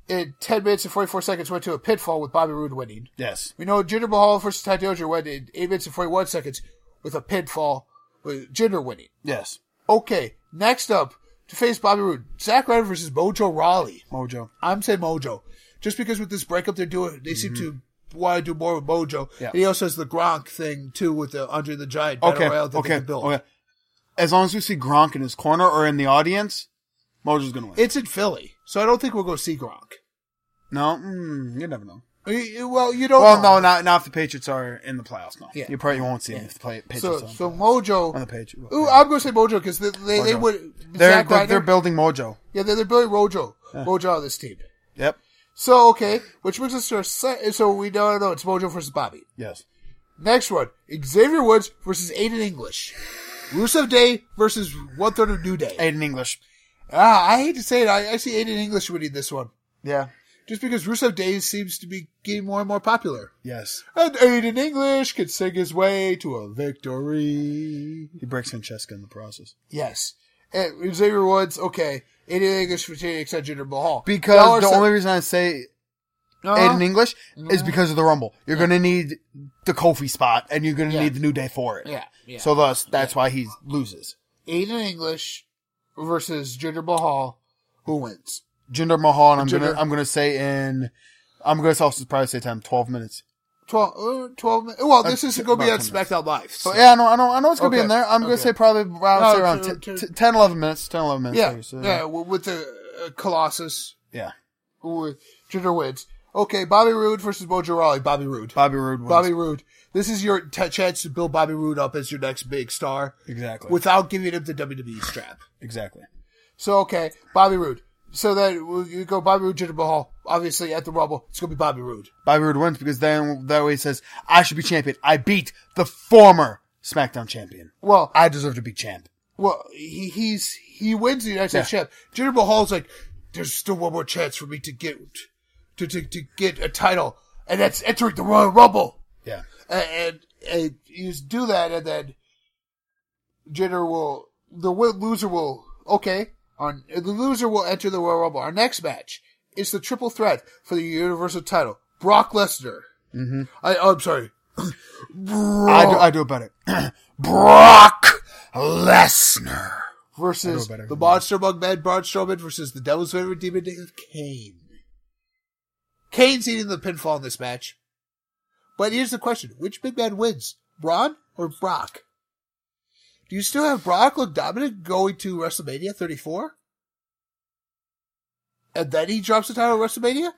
[SPEAKER 1] in 10 minutes and 44 seconds went to a pitfall with Bobby Roode winning.
[SPEAKER 2] Yes.
[SPEAKER 1] We know Jinder Mahal versus Ty Dillinger went in 8 minutes and 41 seconds with a pitfall with Jinder winning.
[SPEAKER 2] Yes.
[SPEAKER 1] Okay, next up, to face Bobby Roode, Zack Ryder versus Mojo Rawley.
[SPEAKER 2] Mojo.
[SPEAKER 1] I'm saying Mojo, just because with this breakup they're doing, they seem to want to do more with Mojo.
[SPEAKER 2] Mm-hmm. Yeah.
[SPEAKER 1] And he also has the Gronk thing too with the Andre the Giant battle
[SPEAKER 2] Okay.
[SPEAKER 1] royale that they
[SPEAKER 2] Okay.
[SPEAKER 1] can build.
[SPEAKER 2] Okay. As long as we see Gronk in his corner or in the audience, Mojo's gonna win.
[SPEAKER 1] It's in Philly, so I don't think we'll go see Gronk.
[SPEAKER 2] no, mm, you never know.
[SPEAKER 1] Y- y- Well, you don't.
[SPEAKER 2] well,
[SPEAKER 1] know.
[SPEAKER 2] no, not not if the Patriots are in the playoffs. No,
[SPEAKER 1] Yeah.
[SPEAKER 2] you probably won't see them if the play, Patriots
[SPEAKER 1] So,
[SPEAKER 2] are in
[SPEAKER 1] so
[SPEAKER 2] the playoffs.
[SPEAKER 1] Mojo.
[SPEAKER 2] on the Patriots.
[SPEAKER 1] Ooh, I'm gonna say Mojo because they, they, they
[SPEAKER 2] Mojo.
[SPEAKER 1] would.
[SPEAKER 2] they're
[SPEAKER 1] Zack
[SPEAKER 2] they're, they're
[SPEAKER 1] Ryder-
[SPEAKER 2] building Mojo.
[SPEAKER 1] yeah, they're, they're building Mojo. Mojo on this team.
[SPEAKER 2] Yep.
[SPEAKER 1] So okay, which brings us to our se- so we no no no it's Mojo versus Bobby.
[SPEAKER 2] Yes.
[SPEAKER 1] Next one, Xavier Woods versus Aiden English. Rusev Day versus one third of New Day.
[SPEAKER 2] Aiden English.
[SPEAKER 1] Ah, I hate to say it. I, I see Aiden English winning this one.
[SPEAKER 2] Yeah.
[SPEAKER 1] Just because Rusev Day seems to be getting more and more popular.
[SPEAKER 2] Yes.
[SPEAKER 1] And Aiden English could sing his way to a victory.
[SPEAKER 2] He breaks Francesca in the process
[SPEAKER 1] Yes. And Xavier Woods, okay. Aiden English for Teddy Jinder Mahal.
[SPEAKER 2] because
[SPEAKER 1] Y'all are
[SPEAKER 2] the
[SPEAKER 1] so-
[SPEAKER 2] only reason I say
[SPEAKER 1] Uh-huh.
[SPEAKER 2] Aiden English is because of the Rumble. You're gonna need the Kofi spot, and you're gonna
[SPEAKER 1] Yeah.
[SPEAKER 2] need the New Day for it.
[SPEAKER 1] Yeah, yeah.
[SPEAKER 2] So thus, that's why he loses.
[SPEAKER 1] Aiden English versus Jinder Mahal. Who wins?
[SPEAKER 2] Jinder Mahal, and I'm
[SPEAKER 1] Jinder-
[SPEAKER 2] gonna I'm gonna say in I'm gonna also probably say time twelve minutes.
[SPEAKER 1] 12, uh, 12 minutes. Well, this
[SPEAKER 2] Uh,
[SPEAKER 1] is going to be on
[SPEAKER 2] about 10 minutes.
[SPEAKER 1] SmackDown Live. So,
[SPEAKER 2] So yeah, I know, I know, I know it's gonna be
[SPEAKER 1] Okay.
[SPEAKER 2] in there. I'm gonna
[SPEAKER 1] Okay.
[SPEAKER 2] say probably around,
[SPEAKER 1] No,
[SPEAKER 2] say around
[SPEAKER 1] to-
[SPEAKER 2] t-
[SPEAKER 1] to-
[SPEAKER 2] t- 10, 11 minutes, 10, 11 minutes.
[SPEAKER 1] yeah,
[SPEAKER 2] maybe, so-
[SPEAKER 1] yeah, w- with the uh, Colossus.
[SPEAKER 2] yeah.
[SPEAKER 1] with Jinder wins. Okay, Bobby Roode versus Mojo Rawley. Bobby Roode.
[SPEAKER 2] Bobby Roode wins.
[SPEAKER 1] Bobby Roode. This is your t- chance to build Bobby Roode up as your next big star
[SPEAKER 2] exactly,
[SPEAKER 1] without giving him the WWE strap.
[SPEAKER 2] exactly.
[SPEAKER 1] So, okay, Bobby Roode. So then we- you go Bobby Roode, Jinder Mahal. Obviously, at the Rumble, it's going to be Bobby Roode.
[SPEAKER 2] Bobby Roode wins because then that way he says, "I should be champion. I beat the former SmackDown champion.
[SPEAKER 1] Well,
[SPEAKER 2] I deserve to be champ."
[SPEAKER 1] well, he, he's he wins the United States
[SPEAKER 2] Yeah.
[SPEAKER 1] champ. Jinder Mahal's like, there's still one more chance for me to get to to, to get a title, and that's entering the Royal Rumble.
[SPEAKER 2] Yeah,
[SPEAKER 1] and, and, and you just do that, and then Jinder will the win- loser will okay on the loser will enter the Royal Rumble. Our next match is the triple threat for the Universal Title: Brock Lesnar. Mm-hmm. I oh, I'm sorry, <clears throat>
[SPEAKER 2] I do. I do it better. Brock Lesnar
[SPEAKER 1] versus
[SPEAKER 2] better
[SPEAKER 1] the
[SPEAKER 2] than
[SPEAKER 1] Monster Mug Man Braun Strowman versus the Devil's Favorite Demon Nick Kane. Kane's eating the pinfall in this match. But here's the question. Which big man wins? Braun or Brock? Do you still have Brock look dominant going to WrestleMania 34? And then he drops the title at WrestleMania?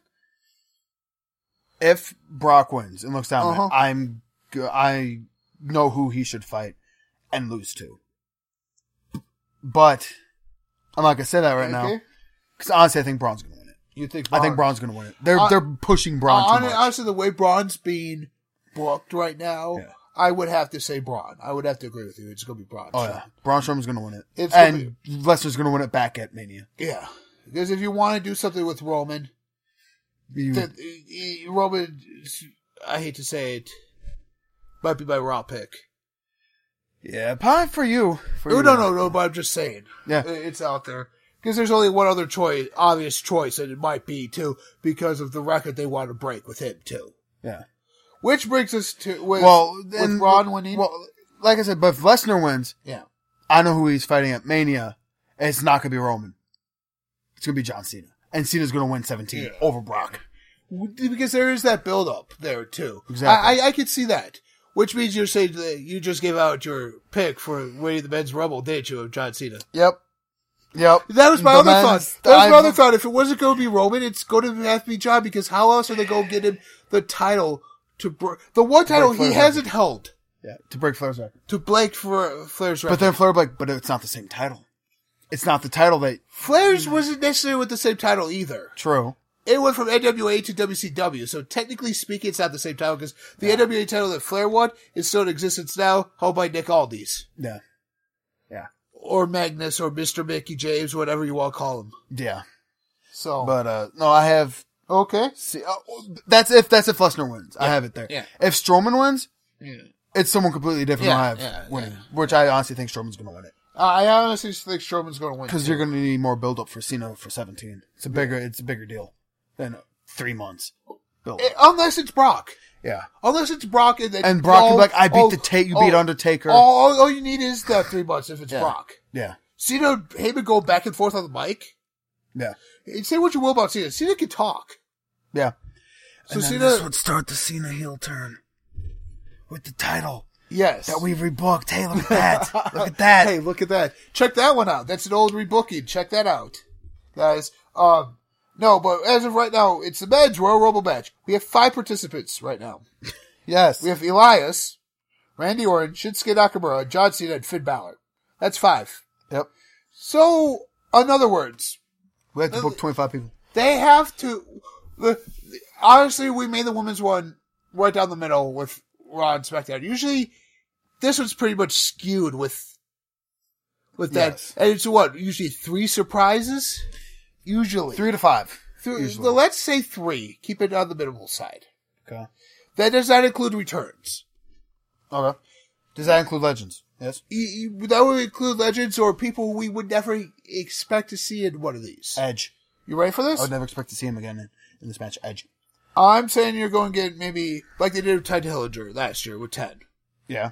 [SPEAKER 2] If Brock wins and looks down,
[SPEAKER 1] Uh-huh.
[SPEAKER 2] I'm g- I know who he should fight and lose to. But I'm not gonna say that right now
[SPEAKER 1] Okay.
[SPEAKER 2] because honestly, I think Braun's gonna win it.
[SPEAKER 1] You think
[SPEAKER 2] I think
[SPEAKER 1] Braun-
[SPEAKER 2] Braun's gonna win it. They're
[SPEAKER 1] Uh,
[SPEAKER 2] they're pushing Braun
[SPEAKER 1] Hon-
[SPEAKER 2] too much.
[SPEAKER 1] Honestly, the way Braun's being booked right now,
[SPEAKER 2] Yeah.
[SPEAKER 1] I would have to say Braun. I would have to agree with you. It's going to be Braun.
[SPEAKER 2] oh yeah, Braun Strowman's gonna win it,
[SPEAKER 1] It's
[SPEAKER 2] and Lesnar's gonna win it back at Mania.
[SPEAKER 1] Yeah. Because if you want to do something with Roman,
[SPEAKER 2] You-
[SPEAKER 1] th- eh, Roman, I hate to say it, might be my raw pick.
[SPEAKER 2] yeah, probably for you. For
[SPEAKER 1] Oh, No,
[SPEAKER 2] you.
[SPEAKER 1] no, no, no, but I'm just saying.
[SPEAKER 2] Yeah.
[SPEAKER 1] Eh, It's out there. Because there's only one other choice, obvious choice, and it might be, too, because of the record they want to break with him, too.
[SPEAKER 2] Yeah.
[SPEAKER 1] Which brings us to, with,
[SPEAKER 2] well,
[SPEAKER 1] with
[SPEAKER 2] then
[SPEAKER 1] Braun winning.
[SPEAKER 2] Well, like I said, but if Lesnar wins,
[SPEAKER 1] yeah.
[SPEAKER 2] I know who he's fighting at Mania. and It's not gonna be Roman. It's gonna be John Cena, and Cena's gonna win 17
[SPEAKER 1] Yeah.
[SPEAKER 2] over Brock.
[SPEAKER 1] because there is that build up there too.
[SPEAKER 2] Exactly.
[SPEAKER 1] I, I, I could see that. Which means you're saying that you just gave out your pick for winning the men's rumble, didn't you, of John Cena?
[SPEAKER 2] Yep. Yep.
[SPEAKER 1] That was my
[SPEAKER 2] The
[SPEAKER 1] other thought.
[SPEAKER 2] man's-
[SPEAKER 1] That was my
[SPEAKER 2] I-
[SPEAKER 1] other thought. If it wasn't going to be Roman, it's going to have to be John because how else are they going to get him the title to br- the one title
[SPEAKER 2] Flair
[SPEAKER 1] he
[SPEAKER 2] record.
[SPEAKER 1] hasn't held
[SPEAKER 2] Yeah, to break Flair's record.
[SPEAKER 1] to Blake for Flair's record?
[SPEAKER 2] But then Flair like, but it's not the same title. It's not the title that
[SPEAKER 1] Flair's wasn't necessarily with the same title either.
[SPEAKER 2] true.
[SPEAKER 1] It went from NWA to WCW, so technically speaking, it's not the same title because the NWA title that Flair won is still in existence now, held by Nick Aldis
[SPEAKER 2] Yeah. Yeah.
[SPEAKER 1] or Magnus or Mister Mickey James, whatever you want to call him.
[SPEAKER 2] Yeah.
[SPEAKER 1] So
[SPEAKER 2] But uh no, I have
[SPEAKER 1] okay,
[SPEAKER 2] see, oh, that's if that's if Lesnar wins. I have it there.
[SPEAKER 1] yeah.
[SPEAKER 2] If Strowman wins,
[SPEAKER 1] Yeah.
[SPEAKER 2] it's someone completely different.
[SPEAKER 1] Yeah,
[SPEAKER 2] I have
[SPEAKER 1] yeah,
[SPEAKER 2] winning,
[SPEAKER 1] yeah.
[SPEAKER 2] which I honestly think Strowman's gonna win it.
[SPEAKER 1] I honestly think Strowman's going to win
[SPEAKER 2] Because you're going to need more build up for Cena for 17. It's a bigger, it's a bigger deal than three months. Build.
[SPEAKER 1] Eh, unless it's Brock.
[SPEAKER 2] Yeah.
[SPEAKER 1] Unless it's Brock and then
[SPEAKER 2] And Brock can
[SPEAKER 1] oh,
[SPEAKER 2] be like, I beat
[SPEAKER 1] oh,
[SPEAKER 2] the Tate, you beat
[SPEAKER 1] oh,
[SPEAKER 2] Undertaker.
[SPEAKER 1] All, all, all you need is the three months if it's Brock.
[SPEAKER 2] Yeah.
[SPEAKER 1] Cena and Heyman go back and forth on the mic.
[SPEAKER 2] Yeah.
[SPEAKER 1] And say what you will about Cena. Cena can talk.
[SPEAKER 2] Yeah.
[SPEAKER 1] So Cena,
[SPEAKER 2] start the Cena heel turn with the title
[SPEAKER 1] yes,
[SPEAKER 2] rebooked. Hey, look at
[SPEAKER 1] <laughs>
[SPEAKER 2] <laughs> that. look at
[SPEAKER 1] Hey, look at that. Check that one out. That's an old rebooking. Check that out, guys. Um, no, but as of right now, it's the men's Royal Rumble match. We have five participants right now.
[SPEAKER 2] Yes.
[SPEAKER 1] We have Elias, Randy Orton, Shinsuke Nakamura, John Cena, and Finn Balor. That's five.
[SPEAKER 2] yep.
[SPEAKER 1] So, in other words,
[SPEAKER 2] We have to book 25 people.
[SPEAKER 1] they have to. The, the- honestly, we made the women's one right down the middle with Raw and SmackDown. Usually, this one's pretty much skewed with with that,
[SPEAKER 2] Yes.
[SPEAKER 1] and it's what usually three surprises. Usually,
[SPEAKER 2] Three to five.
[SPEAKER 1] Three-
[SPEAKER 2] usually.
[SPEAKER 1] well, let's say three. Keep it on the minimal side.
[SPEAKER 2] Okay.
[SPEAKER 1] That does not include returns.
[SPEAKER 2] Okay. Does that include legends? Yes.
[SPEAKER 1] E- e- That would include legends or people we would never expect to see in one of these.
[SPEAKER 2] Edge.
[SPEAKER 1] You ready for this?
[SPEAKER 2] I would never expect to see him again in, in this match. Edge.
[SPEAKER 1] I'm saying you're going to get maybe like they did with Ted Hillinger last year with Ted.
[SPEAKER 2] Yeah.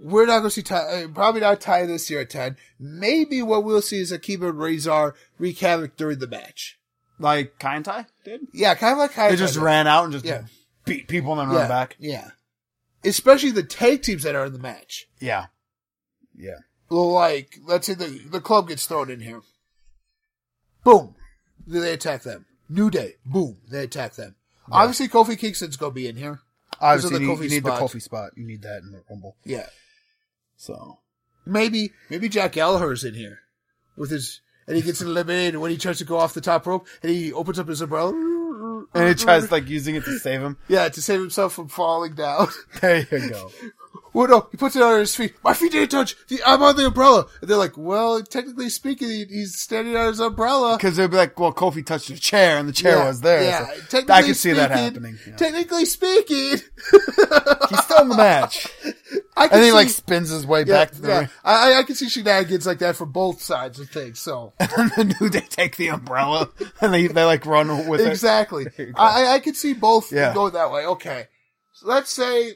[SPEAKER 1] We're not going to see Ty, uh, probably not Ty this year at 10. Maybe what we'll see is Akiba and Razor wreak havoc during the match.
[SPEAKER 2] Like Kaintai did?
[SPEAKER 1] Yeah, kind of like Kai.
[SPEAKER 2] They just ran out and just
[SPEAKER 1] Yeah.
[SPEAKER 2] beat people and then
[SPEAKER 1] yeah,
[SPEAKER 2] ran back.
[SPEAKER 1] Yeah. Especially the tag teams that are in the match.
[SPEAKER 2] Yeah. Yeah.
[SPEAKER 1] Like, let's say the, the club gets thrown in here. Boom. Then They attack them. New Day. Boom. They attack them. Obviously, Kofi Kingston's going to be in here.
[SPEAKER 2] Obviously,
[SPEAKER 1] the
[SPEAKER 2] you,
[SPEAKER 1] Kofi
[SPEAKER 2] you need
[SPEAKER 1] spot.
[SPEAKER 2] the Kofi spot. You need that in the Rumble.
[SPEAKER 1] Yeah.
[SPEAKER 2] So.
[SPEAKER 1] Maybe maybe Jack Gallagher's in here with his and he gets eliminated and when he tries to go off the top rope and he opens up his umbrella
[SPEAKER 2] And he tries like using it to save
[SPEAKER 1] <laughs>
[SPEAKER 2] him.
[SPEAKER 1] Yeah, to save himself from falling down. <laughs>
[SPEAKER 2] There you <laughs> go.
[SPEAKER 1] well no, he puts it on his feet. My feet didn't touch the, I'm on the umbrella. And they're like, Well, technically speaking, he, he's standing on his umbrella.
[SPEAKER 2] Because they'd be like, "Well, Kofi touched the chair, and the chair was there."
[SPEAKER 1] Yeah,
[SPEAKER 2] so
[SPEAKER 1] technically
[SPEAKER 2] I could see that
[SPEAKER 1] speaking-
[SPEAKER 2] happening. Yeah.
[SPEAKER 1] Technically speaking,
[SPEAKER 2] He's still in the
[SPEAKER 1] <laughs>
[SPEAKER 2] match,
[SPEAKER 1] I can
[SPEAKER 2] and he
[SPEAKER 1] see,
[SPEAKER 2] like spins his way
[SPEAKER 1] yeah,
[SPEAKER 2] back to the
[SPEAKER 1] yeah.
[SPEAKER 2] ring, <laughs>
[SPEAKER 1] I, I- I can see shenanigans like that from both sides of things. So
[SPEAKER 2] and then New Day take the umbrella, <laughs> and they they like run with it.
[SPEAKER 1] exactly.
[SPEAKER 2] <laughs> There you go.
[SPEAKER 1] I, I- I could see both
[SPEAKER 2] Yeah.
[SPEAKER 1] go that way. Okay. So let's say,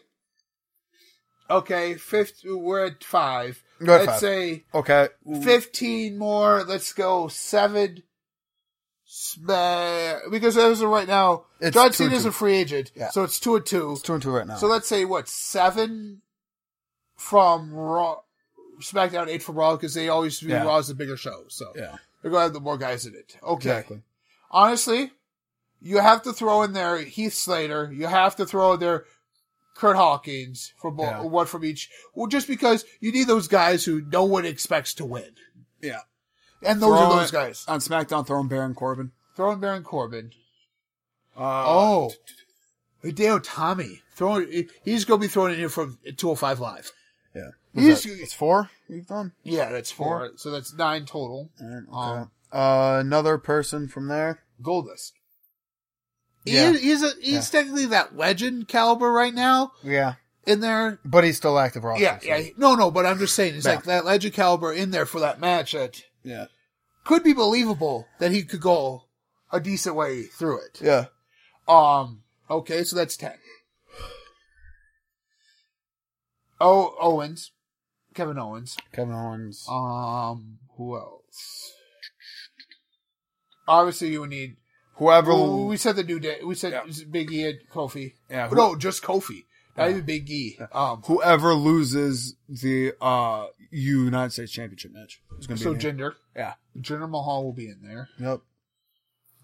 [SPEAKER 1] okay, fifth, we're at five.
[SPEAKER 2] Go ahead,
[SPEAKER 1] Let's
[SPEAKER 2] five.
[SPEAKER 1] say
[SPEAKER 2] okay.
[SPEAKER 1] 15 more. Let's go seven. Sma- Because as of right now,
[SPEAKER 2] It's
[SPEAKER 1] John
[SPEAKER 2] two and
[SPEAKER 1] Cena is
[SPEAKER 2] two.
[SPEAKER 1] a free agent,
[SPEAKER 2] Yeah.
[SPEAKER 1] so it's two and two.
[SPEAKER 2] It's two and two right now.
[SPEAKER 1] So let's say what seven from Raw, SmackDown, eight from Raw because they always do
[SPEAKER 2] Yeah.
[SPEAKER 1] Raw as the bigger show. So
[SPEAKER 2] yeah,
[SPEAKER 1] they're going to have the more guys in it. Okay,
[SPEAKER 2] exactly.
[SPEAKER 1] honestly, you have to throw in there Heath Slater. You have to throw in there Kurt Hawkins for bo-
[SPEAKER 2] Yeah.
[SPEAKER 1] one from each. Well, just because you need those guys who no one expects to win,
[SPEAKER 2] Yeah.
[SPEAKER 1] and those
[SPEAKER 2] Throw
[SPEAKER 1] are those
[SPEAKER 2] it-
[SPEAKER 1] guys.
[SPEAKER 2] On SmackDown, throwing Baron Corbin.
[SPEAKER 1] Throw in Baron Corbin.
[SPEAKER 2] Uh,
[SPEAKER 1] Oh. Hideo Tommy. Throwing, he's going to be thrown in here from 205 Live.
[SPEAKER 2] yeah.
[SPEAKER 1] He's-
[SPEAKER 2] Is that- it's four we've done.
[SPEAKER 1] Yeah, that's four. So that's nine total.
[SPEAKER 2] All right,
[SPEAKER 1] Um,
[SPEAKER 2] okay. uh, another person from there.
[SPEAKER 1] Goldust.
[SPEAKER 2] Yeah.
[SPEAKER 1] He, he's a, he's
[SPEAKER 2] Yeah.
[SPEAKER 1] technically that legend caliber right now
[SPEAKER 2] Yeah,
[SPEAKER 1] in there.
[SPEAKER 2] but he's still active. roster,
[SPEAKER 1] Yeah,
[SPEAKER 2] so-
[SPEAKER 1] yeah. No, no, but I'm just saying it's
[SPEAKER 2] Yeah.
[SPEAKER 1] like that legend caliber in there for that match that
[SPEAKER 2] yeah,
[SPEAKER 1] could be believable that he could go a decent way through it.
[SPEAKER 2] yeah.
[SPEAKER 1] Um okay, so that's ten. Oh Owens. Kevin Owens.
[SPEAKER 2] Kevin Owens.
[SPEAKER 1] Um who else? Obviously you would need
[SPEAKER 2] Whoever.
[SPEAKER 1] Well, we said the new day. We said
[SPEAKER 2] Yeah.
[SPEAKER 1] Big E and Kofi.
[SPEAKER 2] Yeah, who-
[SPEAKER 1] no, just Kofi. Not
[SPEAKER 2] Yeah.
[SPEAKER 1] even Big E. Um,
[SPEAKER 2] whoever loses the uh United States Championship match is going to
[SPEAKER 1] so
[SPEAKER 2] be in
[SPEAKER 1] Jinder,
[SPEAKER 2] here.
[SPEAKER 1] Jinder Mahal will be in there.
[SPEAKER 2] yeah. Yep.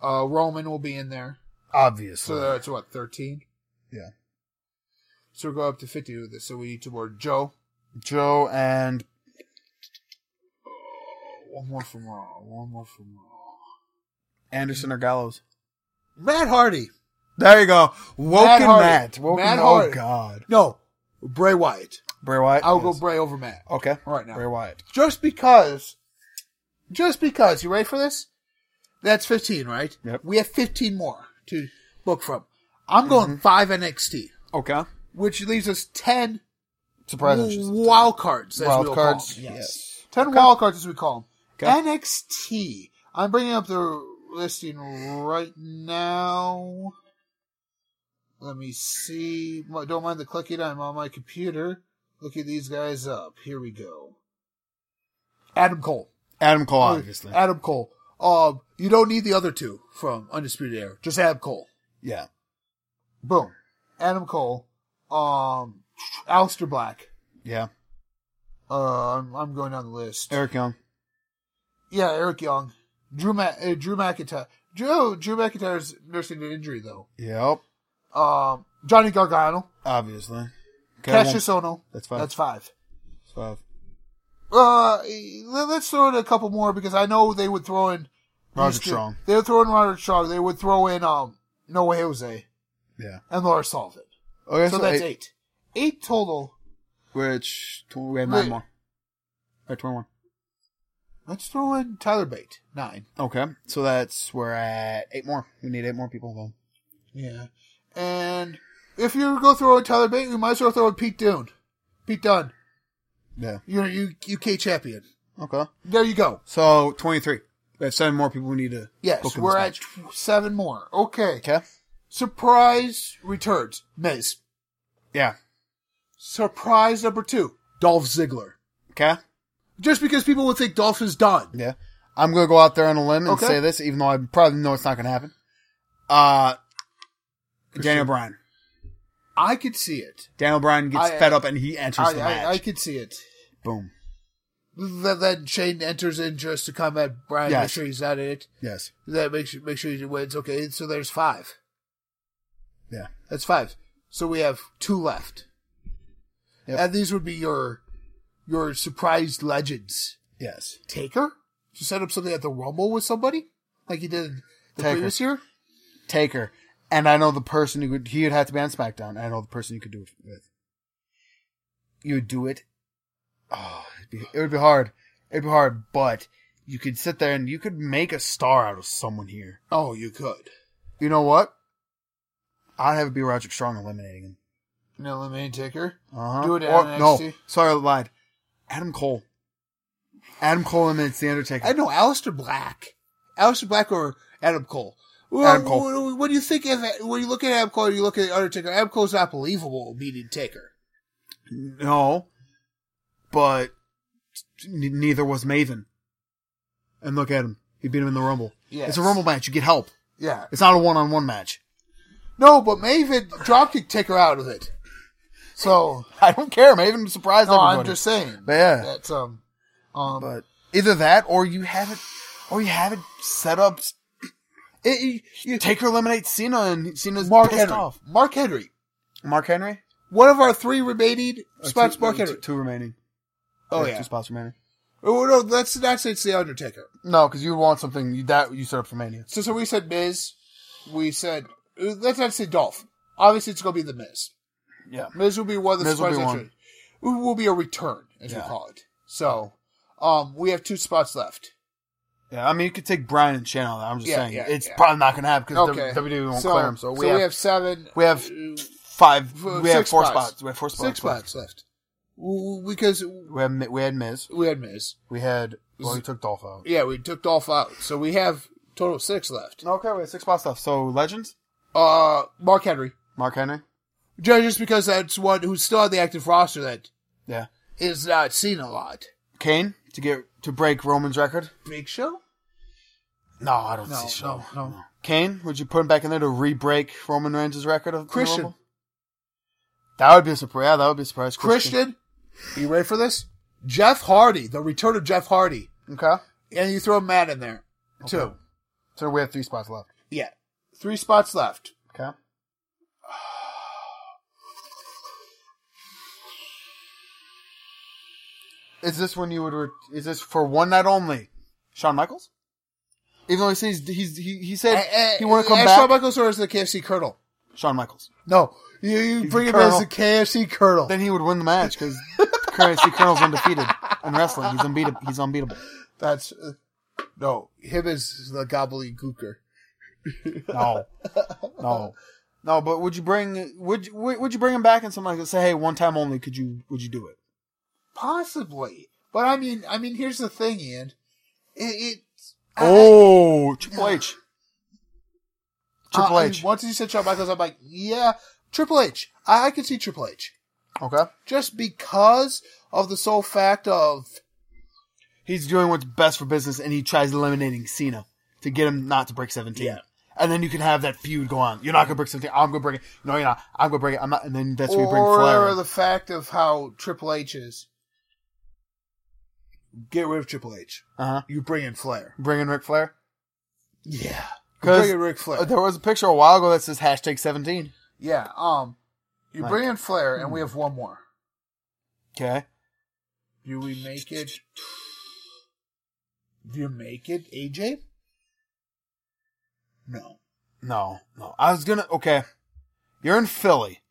[SPEAKER 1] Uh, Roman will be in there.
[SPEAKER 2] Obviously.
[SPEAKER 1] So that's what thirteen.
[SPEAKER 2] Yeah.
[SPEAKER 1] So we'll go up to fifty with this. So we need to board Joe.
[SPEAKER 2] Joe and
[SPEAKER 1] One more from Raw. One more from Raw.
[SPEAKER 2] Anderson or Gallows.
[SPEAKER 1] Matt Hardy.
[SPEAKER 2] There you go.
[SPEAKER 1] Matt
[SPEAKER 2] Woken
[SPEAKER 1] Hardy.
[SPEAKER 2] Matt. Woken.
[SPEAKER 1] Matt
[SPEAKER 2] oh
[SPEAKER 1] Hardy.
[SPEAKER 2] God.
[SPEAKER 1] No, Bray Wyatt.
[SPEAKER 2] Bray Wyatt.
[SPEAKER 1] I'll go
[SPEAKER 2] Yes.
[SPEAKER 1] Bray over Matt.
[SPEAKER 2] okay.
[SPEAKER 1] Right now.
[SPEAKER 2] Bray Wyatt.
[SPEAKER 1] Just because. Just because. You ready for this? That's 15, right?
[SPEAKER 2] Yep.
[SPEAKER 1] We have 15 more to book from. I'm going
[SPEAKER 2] Mm-hmm.
[SPEAKER 1] 5 NXT,
[SPEAKER 2] Okay.
[SPEAKER 1] which leaves us 10
[SPEAKER 2] Surprise
[SPEAKER 1] w- wild cards, as
[SPEAKER 2] Wild
[SPEAKER 1] we'll
[SPEAKER 2] cards.
[SPEAKER 1] call them. Yes.
[SPEAKER 2] Yes.
[SPEAKER 1] 10 wild cards, as we call them.
[SPEAKER 2] Okay.
[SPEAKER 1] NXT. I'm bringing up the listing right now. Let me see. Mo- Don't mind the clicking. I'm on my computer. Looking these guys up. Here we go. Adam Cole.
[SPEAKER 2] Adam Cole, obviously.
[SPEAKER 1] Adam Cole. Um, you don't need the other two from Undisputed Era. Just Adam Cole.
[SPEAKER 2] yeah.
[SPEAKER 1] Boom. Adam Cole. Um, Alistair Black.
[SPEAKER 2] Yeah.
[SPEAKER 1] Uh, I'm, I'm going down the list.
[SPEAKER 2] Eric Young.
[SPEAKER 1] yeah, Eric Young. Drew Ma- uh, Drew McIntyre. Drew Drew McIntyre's nursing an injury though.
[SPEAKER 2] Yep.
[SPEAKER 1] Um, Johnny Gargano.
[SPEAKER 2] Obviously. Okay,
[SPEAKER 1] Cassius Ono.
[SPEAKER 2] That's five.
[SPEAKER 1] That's five.
[SPEAKER 2] one- five.
[SPEAKER 1] Uh, let- let's throw in a couple more because I know they would throw in
[SPEAKER 2] Roger
[SPEAKER 1] these two-
[SPEAKER 2] Strong.
[SPEAKER 1] They would throw in Roger Strong. They would throw in um Noah Jose
[SPEAKER 2] Yeah.
[SPEAKER 1] and Laura Sullivan.
[SPEAKER 2] Okay.
[SPEAKER 1] So that's eight. Eight total.
[SPEAKER 2] Which tw- we have nine
[SPEAKER 1] Wait.
[SPEAKER 2] more. Right, twenty-one.
[SPEAKER 1] Let's throw in Tyler Bate. Nine.
[SPEAKER 2] Okay, so that's we're at eight more. We need eight more people though.
[SPEAKER 1] Yeah. And if you go throw in Tyler Bate, we might as well throw in Pete Dunne. Pete Dunne,
[SPEAKER 2] Yeah.
[SPEAKER 1] you you UK champion.
[SPEAKER 2] Okay.
[SPEAKER 1] There you go.
[SPEAKER 2] So twenty-three. We have seven more people we need to.
[SPEAKER 1] Yes,
[SPEAKER 2] book in
[SPEAKER 1] we're
[SPEAKER 2] this
[SPEAKER 1] at tw- seven more. Okay.
[SPEAKER 2] match. Okay.
[SPEAKER 1] Surprise returns. Miz.
[SPEAKER 2] Yeah.
[SPEAKER 1] Surprise number two. Dolph Ziggler.
[SPEAKER 2] Okay.
[SPEAKER 1] Just because people would think Dolph is done.
[SPEAKER 2] Yeah. I'm gonna go out there on a limb and
[SPEAKER 1] Okay.
[SPEAKER 2] say this, even though I probably know it's not gonna happen. Uh, Daniel Bryan.
[SPEAKER 1] I could see it.
[SPEAKER 2] Daniel Bryan gets
[SPEAKER 1] I-
[SPEAKER 2] fed up and he enters
[SPEAKER 1] I,
[SPEAKER 2] the
[SPEAKER 1] I,
[SPEAKER 2] match.
[SPEAKER 1] I could see it.
[SPEAKER 2] Boom.
[SPEAKER 1] Th- Then Shane enters in just to combat Brian, make
[SPEAKER 2] Yes.
[SPEAKER 1] sure he's not in it.
[SPEAKER 2] Yes.
[SPEAKER 1] That makes sure make sure he wins. Okay, so there's five.
[SPEAKER 2] Yeah.
[SPEAKER 1] That's five. So we have two left.
[SPEAKER 2] Yep.
[SPEAKER 1] And these would be your your surprise legends.
[SPEAKER 2] Yes.
[SPEAKER 1] Taker? To set up something at the Rumble with somebody? Like he did the
[SPEAKER 2] Taker.
[SPEAKER 1] previous year?
[SPEAKER 2] Taker. And I know the person who would, he would have to be on SmackDown. I know the person you could do it with. You would do it. Oh, it'd be, it would be hard. It'd be hard, but you could sit there and you could make a star out of someone here.
[SPEAKER 1] Oh, you could.
[SPEAKER 2] You know what? I'd have it be Roderick Strong eliminating him.
[SPEAKER 1] An eliminated Taker?
[SPEAKER 2] Uh-huh.
[SPEAKER 1] Do it at
[SPEAKER 2] No,
[SPEAKER 1] NXT.
[SPEAKER 2] sorry, I lied. Adam Cole. Adam Cole eliminates The Undertaker.
[SPEAKER 1] I know Alistair Black. Alistair Black or Adam Cole. Well,
[SPEAKER 2] Adam Cole.
[SPEAKER 1] wh- When you think of when you look at Adam Cole, you look at Undertaker. Adam Cole's not believable beating Taker.
[SPEAKER 2] no, but N- neither was Maven. And look at him. He beat him in the Rumble.
[SPEAKER 1] Yes.
[SPEAKER 2] It's a Rumble match. You get help.
[SPEAKER 1] Yeah.
[SPEAKER 2] It's not a one on one match.
[SPEAKER 1] No, but Maven dropkick take her out of it. So
[SPEAKER 2] I don't care. Maven surprised
[SPEAKER 1] no,
[SPEAKER 2] everybody.
[SPEAKER 1] I'm just saying.
[SPEAKER 2] But yeah.
[SPEAKER 1] That's um um
[SPEAKER 2] But either that or you have it, or you have it set up. s- <clears throat> It, you, you take or eliminate Cena and Cena's
[SPEAKER 1] Mark
[SPEAKER 2] pissed
[SPEAKER 1] Henry.
[SPEAKER 2] off.
[SPEAKER 1] Mark Henry.
[SPEAKER 2] Mark Henry?
[SPEAKER 1] One of our three remaining spots, Mark Henry.
[SPEAKER 2] Uh, Two, two remaining.
[SPEAKER 1] Oh
[SPEAKER 2] There's
[SPEAKER 1] yeah.
[SPEAKER 2] Two spots remaining.
[SPEAKER 1] Oh no, let's not say it's the Undertaker.
[SPEAKER 2] No, because you want something you, that you set up for Mania.
[SPEAKER 1] So, so we said Miz. We said uh, let's not say Dolph. Obviously, it's gonna be the Miz.
[SPEAKER 2] Yeah.
[SPEAKER 1] Miz will be one of the
[SPEAKER 2] Miz will
[SPEAKER 1] surprise
[SPEAKER 2] be one.
[SPEAKER 1] entries. It will be a return, as we
[SPEAKER 2] Yeah.
[SPEAKER 1] call it. So, um, we have two spots left.
[SPEAKER 2] Yeah, I mean, you could take Brian and Shane out. I'm just
[SPEAKER 1] Yeah,
[SPEAKER 2] saying
[SPEAKER 1] yeah,
[SPEAKER 2] it's
[SPEAKER 1] yeah.
[SPEAKER 2] probably not going to happen because
[SPEAKER 1] Okay,
[SPEAKER 2] WWE E won't clear him. So we, have,
[SPEAKER 1] seven.
[SPEAKER 2] we have
[SPEAKER 1] uh,
[SPEAKER 2] five.
[SPEAKER 1] f-
[SPEAKER 2] we have
[SPEAKER 1] six
[SPEAKER 2] four
[SPEAKER 1] spots.
[SPEAKER 2] spots. We have four spots.
[SPEAKER 1] six spots left W- w- because
[SPEAKER 2] We had Mi- we had Miz.
[SPEAKER 1] we had Miz.
[SPEAKER 2] We had well, we took Dolph out.
[SPEAKER 1] Yeah, we took Dolph out, so we have total six left.
[SPEAKER 2] Okay, we have six spots left. So Legends,
[SPEAKER 1] Uh, Mark Henry,
[SPEAKER 2] Mark Henry.
[SPEAKER 1] Ju- just because that's one who's still on the active roster that
[SPEAKER 2] Yeah,
[SPEAKER 1] is not seen a lot.
[SPEAKER 2] Kane to get to break Roman's record.
[SPEAKER 1] Big Show.
[SPEAKER 2] No, I don't
[SPEAKER 1] No,
[SPEAKER 2] see Show.
[SPEAKER 1] no, no.
[SPEAKER 2] Kane, would you put him back in there to re-break Roman Reigns' record of
[SPEAKER 1] Christian.
[SPEAKER 2] The Rumble? that would be a surprise. Yeah, that would be a surprise.
[SPEAKER 1] Christian, you ready for this? Jeff Hardy, the return of Jeff Hardy,
[SPEAKER 2] Okay.
[SPEAKER 1] and you throw Matt in there too.
[SPEAKER 2] Okay. So we have three spots left.
[SPEAKER 1] Yeah, three spots left.
[SPEAKER 2] Okay. Is this when you would? Re- is this for one night only? Shawn Michaels? Even though he says he's he, he said he want to come
[SPEAKER 1] as
[SPEAKER 2] back.
[SPEAKER 1] Eh, Shawn Michaels or as the KFC Colonel?
[SPEAKER 2] Shawn Michaels.
[SPEAKER 1] No, you, you
[SPEAKER 2] He's
[SPEAKER 1] bring
[SPEAKER 2] the
[SPEAKER 1] him as
[SPEAKER 2] Colonel.
[SPEAKER 1] the KFC Colonel.
[SPEAKER 2] Then he would win the match because currency Colonel's undefeated in wrestling. He's unbeatable. He's unbeatable.
[SPEAKER 1] That's uh, no him as the gobbledygooker.
[SPEAKER 2] No, no, no. But would you bring would you, would would you bring him back and something like that? Say, hey, one time only. Could you would you do it?
[SPEAKER 1] Possibly, but I mean, I mean, here's the thing, Ian. It, it
[SPEAKER 2] Oh, Triple H. Triple
[SPEAKER 1] I- I
[SPEAKER 2] H.
[SPEAKER 1] mean, once you said Shawn Michaels, I'm like, yeah, Triple H. I, I could see Triple H.
[SPEAKER 2] Okay.
[SPEAKER 1] just because of the sole fact of
[SPEAKER 2] He's doing what's best for business and he tries eliminating Cena to get him not to break 17.
[SPEAKER 1] Yeah.
[SPEAKER 2] And then you can have that feud go on. You're not going to break 17. I'm going to break it. No, you're not. I'm going to break it. I'm not. And then that's where you bring
[SPEAKER 1] or
[SPEAKER 2] Flair. in.
[SPEAKER 1] the fact of how Triple H is. Get rid of Triple H.
[SPEAKER 2] Uh-huh.
[SPEAKER 1] You bring in Flair.
[SPEAKER 2] Bring in Ric Flair.
[SPEAKER 1] Yeah. You
[SPEAKER 2] 'Cause-
[SPEAKER 1] bring in Ric Flair.
[SPEAKER 2] There was a picture a while ago that says hashtag 17.
[SPEAKER 1] yeah. Um. You
[SPEAKER 2] Like- hmm.
[SPEAKER 1] bring in Flair, and we have one more.
[SPEAKER 2] Okay.
[SPEAKER 1] Do we make it? Do you make it AJ? No.
[SPEAKER 2] No, no. I was going to. Okay. You're in Philly.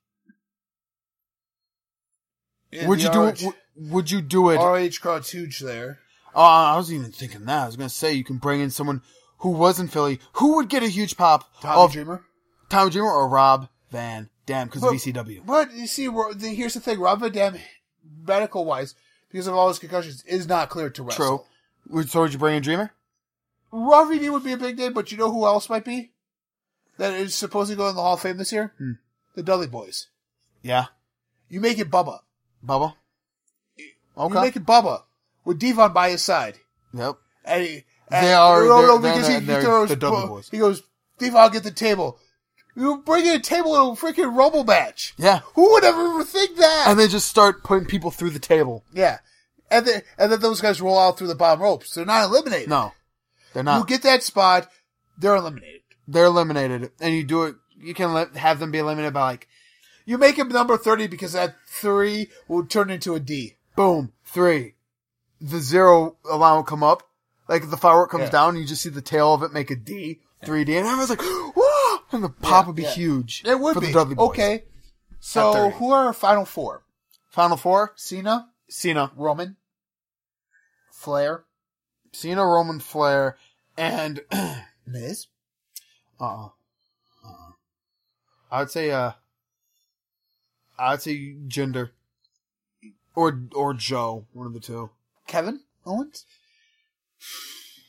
[SPEAKER 2] would you do it?
[SPEAKER 1] it?
[SPEAKER 2] w- Would you do it?
[SPEAKER 1] ROH crowd's huge there.
[SPEAKER 2] Oh, I wasn't even thinking that. I was going to say you can bring in someone who was in Philly who would get a huge pop
[SPEAKER 1] Tommy
[SPEAKER 2] of
[SPEAKER 1] Dreamer.
[SPEAKER 2] Tommy Dreamer or Rob Van Dam because of E
[SPEAKER 1] But-
[SPEAKER 2] ECW.
[SPEAKER 1] But you see, we're- the- here's the thing: Rob Van Dam, medical wise, because of all his concussions, is not cleared to
[SPEAKER 2] True.
[SPEAKER 1] wrestle.
[SPEAKER 2] Would- So would you bring in Dreamer?
[SPEAKER 1] True. Rob Van Dam would be a big name, but you know who else might be? That is supposed to go in the Hall of Fame this year?
[SPEAKER 2] Hmm.
[SPEAKER 1] The Dudley Boys.
[SPEAKER 2] Yeah.
[SPEAKER 1] You make it Bubba.
[SPEAKER 2] Bubba?
[SPEAKER 1] You
[SPEAKER 2] Okay.
[SPEAKER 1] make it Bubba with Devon by his side.
[SPEAKER 2] yep.
[SPEAKER 1] And he,
[SPEAKER 2] They
[SPEAKER 1] and-
[SPEAKER 2] are-
[SPEAKER 1] No, no,
[SPEAKER 2] they're-
[SPEAKER 1] because
[SPEAKER 2] they're-
[SPEAKER 1] he, he
[SPEAKER 2] they're
[SPEAKER 1] throws.
[SPEAKER 2] the Dudley
[SPEAKER 1] Bu-
[SPEAKER 2] Boys.
[SPEAKER 1] He goes, Devon, get the table. You bring in a table in a freaking Rumble match.
[SPEAKER 2] Yeah.
[SPEAKER 1] Who would ever think that?
[SPEAKER 2] And they just start putting people through the table.
[SPEAKER 1] Yeah. And then, and then those guys roll out through the bottom ropes. They're not eliminated.
[SPEAKER 2] No. They're
[SPEAKER 1] You
[SPEAKER 2] not.
[SPEAKER 1] get that spot, they're eliminated.
[SPEAKER 2] They're eliminated. And you do it. You can let, have them be eliminated by like,
[SPEAKER 1] You make him number 30 because that 3 will turn into a D.
[SPEAKER 2] boom, three. The zero alarm will come up. Like the firework comes
[SPEAKER 1] Yeah.
[SPEAKER 2] down, you just see the tail of it make a D, 3D, and everyone's like, <gasps> whoa! And the pop would be
[SPEAKER 1] yeah.
[SPEAKER 2] huge.
[SPEAKER 1] It would
[SPEAKER 2] for
[SPEAKER 1] be.
[SPEAKER 2] The Dudley Boys.
[SPEAKER 1] Okay.
[SPEAKER 2] At
[SPEAKER 1] So
[SPEAKER 2] 30.
[SPEAKER 1] who are our final four?
[SPEAKER 2] Final four
[SPEAKER 1] Cena,
[SPEAKER 2] Cena.
[SPEAKER 1] Roman, Flair,
[SPEAKER 2] Cena, Roman Flair, and <clears throat>
[SPEAKER 1] Miz.
[SPEAKER 2] Uh-uh. uh I would say uh I would say gender. Or or Joe, one of the two.
[SPEAKER 1] Kevin Owens.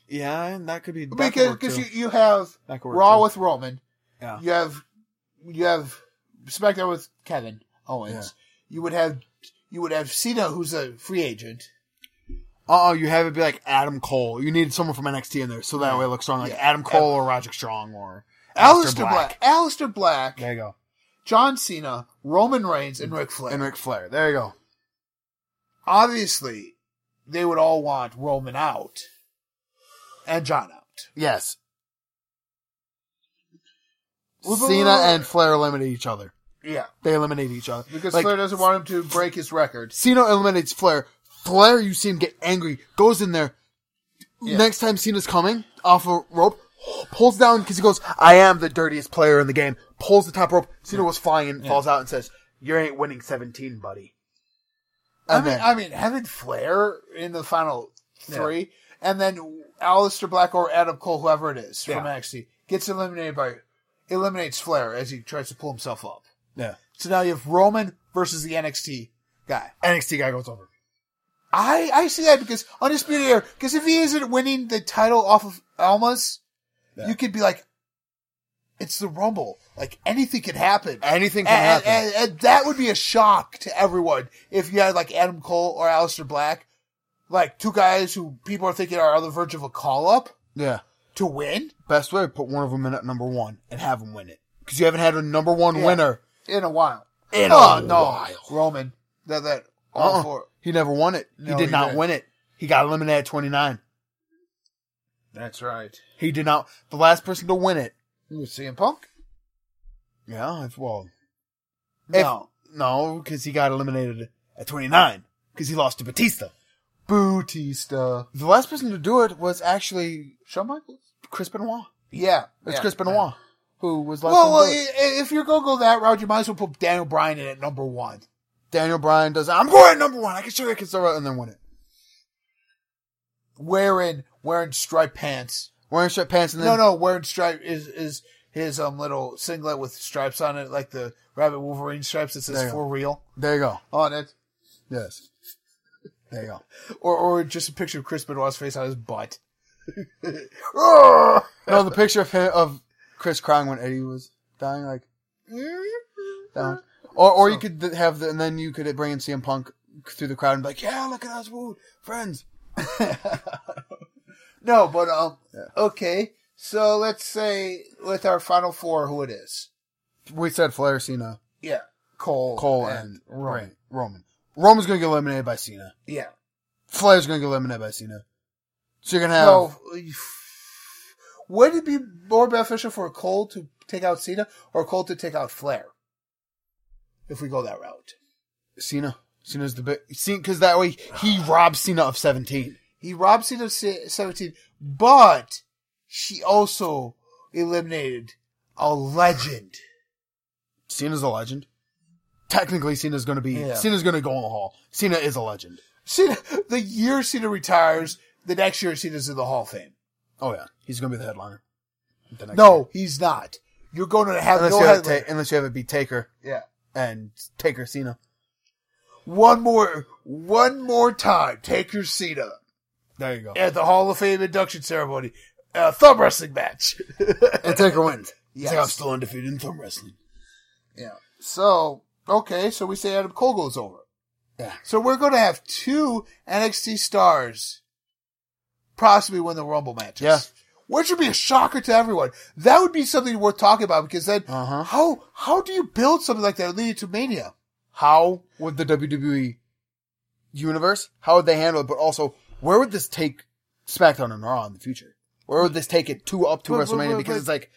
[SPEAKER 2] Yeah, and that could be that could
[SPEAKER 1] Because
[SPEAKER 2] work,
[SPEAKER 1] because
[SPEAKER 2] too.
[SPEAKER 1] you, you have
[SPEAKER 2] That could work,
[SPEAKER 1] Raw
[SPEAKER 2] too.
[SPEAKER 1] with Roman.
[SPEAKER 2] Yeah.
[SPEAKER 1] You have you have SmackDown with Kevin Owens. You would have you would have Cena who's a free agent.
[SPEAKER 2] Oh, you have it be like Adam Cole. You need someone from NXT in there, so that way it looks strong, like
[SPEAKER 1] Yeah.
[SPEAKER 2] Adam Cole or Roderick Strong or
[SPEAKER 1] Alistair Black. Alistair Black,
[SPEAKER 2] There you go,
[SPEAKER 1] John Cena, Roman Reigns, and Ric Flair.
[SPEAKER 2] and Ric Flair. There you go.
[SPEAKER 1] Obviously, they would all want Roman out and John out.
[SPEAKER 2] Yes,
[SPEAKER 1] Whoop, whoop,
[SPEAKER 2] Cena
[SPEAKER 1] whoop.
[SPEAKER 2] and Flair eliminate each other.
[SPEAKER 1] Yeah,
[SPEAKER 2] They eliminate each other
[SPEAKER 1] because
[SPEAKER 2] Like,
[SPEAKER 1] Flair doesn't want him to break his record.
[SPEAKER 2] Cena eliminates Flair. Flair, you see him get angry, goes in there.
[SPEAKER 1] Yeah.
[SPEAKER 2] Next time Cena's coming off a rope, pulls down because he goes, "I am the dirtiest player in the game." Pulls the top rope. Cena was flying, and falls out, and says, "You ain't winning seventeen, buddy."
[SPEAKER 1] I
[SPEAKER 2] And
[SPEAKER 1] mean,
[SPEAKER 2] then-
[SPEAKER 1] I mean, having Flair in the final three, and then Alistair Black or Adam Cole, whoever it is from
[SPEAKER 2] Yeah.
[SPEAKER 1] NXT, gets eliminated by eliminates Flair as he tries to pull himself up.
[SPEAKER 2] yeah,
[SPEAKER 1] So now you have Roman versus the NXT guy.
[SPEAKER 2] NXT guy goes over.
[SPEAKER 1] I I see that because undisputed era. Because if he isn't winning the title off of Almas,
[SPEAKER 2] Yeah.
[SPEAKER 1] you could be like, it's the Rumble. Like anything could happen.
[SPEAKER 2] Anything can
[SPEAKER 1] and,
[SPEAKER 2] happen.
[SPEAKER 1] and- and that would be a shock to everyone if you had like Adam Cole or Aleister Black, like two guys who people are thinking are on the verge of a call up
[SPEAKER 2] yeah,
[SPEAKER 1] to win
[SPEAKER 2] best way put one of them in at number one and have him win it because you haven't had a number one
[SPEAKER 1] Yeah.
[SPEAKER 2] winner.
[SPEAKER 1] in a while.
[SPEAKER 2] In
[SPEAKER 1] oh
[SPEAKER 2] a
[SPEAKER 1] no,
[SPEAKER 2] while.
[SPEAKER 1] Roman, that that all
[SPEAKER 2] Uh-uh.
[SPEAKER 1] four.
[SPEAKER 2] He never won it.
[SPEAKER 1] No,
[SPEAKER 2] he did
[SPEAKER 1] he
[SPEAKER 2] not
[SPEAKER 1] didn't.
[SPEAKER 2] win it. He got eliminated at twenty nine.
[SPEAKER 1] That's right.
[SPEAKER 2] He did not. The last person to win it.
[SPEAKER 1] You CM Punk?
[SPEAKER 2] Yeah, it's well. If-
[SPEAKER 1] No,
[SPEAKER 2] No, because he got eliminated at 29 because he lost to Batista.
[SPEAKER 1] Bautista,
[SPEAKER 2] The last person to do it was actually
[SPEAKER 1] Shawn Michaels.
[SPEAKER 2] Chris Benoit.
[SPEAKER 1] Yeah,
[SPEAKER 2] It's
[SPEAKER 1] yeah.
[SPEAKER 2] Chris Benoit who was last.
[SPEAKER 1] Well, well
[SPEAKER 2] one to do it.
[SPEAKER 1] i- i- if you're gonna go that route, you might as well put Daniel Bryan in at number one.
[SPEAKER 2] Daniel Bryan does. I'm going number one. I can show you I can throw it and then win it.
[SPEAKER 1] Wearing wearing striped pants.
[SPEAKER 2] Wearing striped pants and then
[SPEAKER 1] No, no, wearing stripe is is his um little singlet with stripes on it, like the Rabbit Wolverine stripes that
[SPEAKER 2] There
[SPEAKER 1] says
[SPEAKER 2] you go.
[SPEAKER 1] "for real"
[SPEAKER 2] There you go.
[SPEAKER 1] on it,
[SPEAKER 2] Yes. There you go.
[SPEAKER 1] or or just a picture of Chris Benoit's face on his
[SPEAKER 2] <laughs>
[SPEAKER 1] butt. <laughs>
[SPEAKER 2] No, the picture of him, of Chris crying when Eddie was dying, like that one. Or, or you could have the, and then you could bring in CM Punk through the crowd and be like, "Yeah, look at us, woo, friends."
[SPEAKER 1] No, but um, okay. So let's say with our final four, who it is?
[SPEAKER 2] We said Flair, Cena,
[SPEAKER 1] Yeah, Cole,
[SPEAKER 2] Cole and,
[SPEAKER 1] Roman.
[SPEAKER 2] Roman. Roman. Roman's gonna get eliminated by Cena.
[SPEAKER 1] Yeah.
[SPEAKER 2] Flair's gonna get eliminated by Cena. So you're gonna have
[SPEAKER 1] No. <sighs> Would it be more beneficial for Cole to take out Cena or Cole to take out Flair? If we go that route,
[SPEAKER 2] Cena. Cena's the big Cena because that way he robs Cena of seventeen.
[SPEAKER 1] he robbed Cena of se- seventeen, but he also eliminated a legend. <laughs>
[SPEAKER 2] Cena's a legend. Technically, Cena's gonna be
[SPEAKER 1] Yeah.
[SPEAKER 2] Cena's gonna go in the hall. Cena is a legend.
[SPEAKER 1] Cena, the year Cena retires, the next year Cena's in the Hall of Fame.
[SPEAKER 2] Oh yeah, he's gonna be the headliner. The next year.
[SPEAKER 1] No, he's not. You're going to have
[SPEAKER 2] unless
[SPEAKER 1] no
[SPEAKER 2] you have,
[SPEAKER 1] headline.
[SPEAKER 2] ta- unless you have it be Taker
[SPEAKER 1] yeah.
[SPEAKER 2] and Taker Cena.
[SPEAKER 1] One more, one more time. Take your Cena.
[SPEAKER 2] There you go.
[SPEAKER 1] at the Hall of Fame induction ceremony. Uh, thumb wrestling match.
[SPEAKER 2] And Taker wins. He's like,
[SPEAKER 1] Yes.
[SPEAKER 2] I'm still undefeated in thumb wrestling.
[SPEAKER 1] yeah. So, okay, so we say Adam Cole goes over.
[SPEAKER 2] oh, Yeah.
[SPEAKER 1] So we're going to have two NXT stars possibly win the Rumble matches.
[SPEAKER 2] Yeah.
[SPEAKER 1] Which would be a shocker to everyone. That would be something worth talking about because then
[SPEAKER 2] Uh-huh.
[SPEAKER 1] how how do you build something like that leading to Mania?
[SPEAKER 2] how would the WWE universe, how would they handle it? But also, where would this take SmackDown and Raw in the future? Where would this take it to up to
[SPEAKER 1] But- but-
[SPEAKER 2] WrestleMania?
[SPEAKER 1] but-
[SPEAKER 2] because
[SPEAKER 1] but-
[SPEAKER 2] it's like,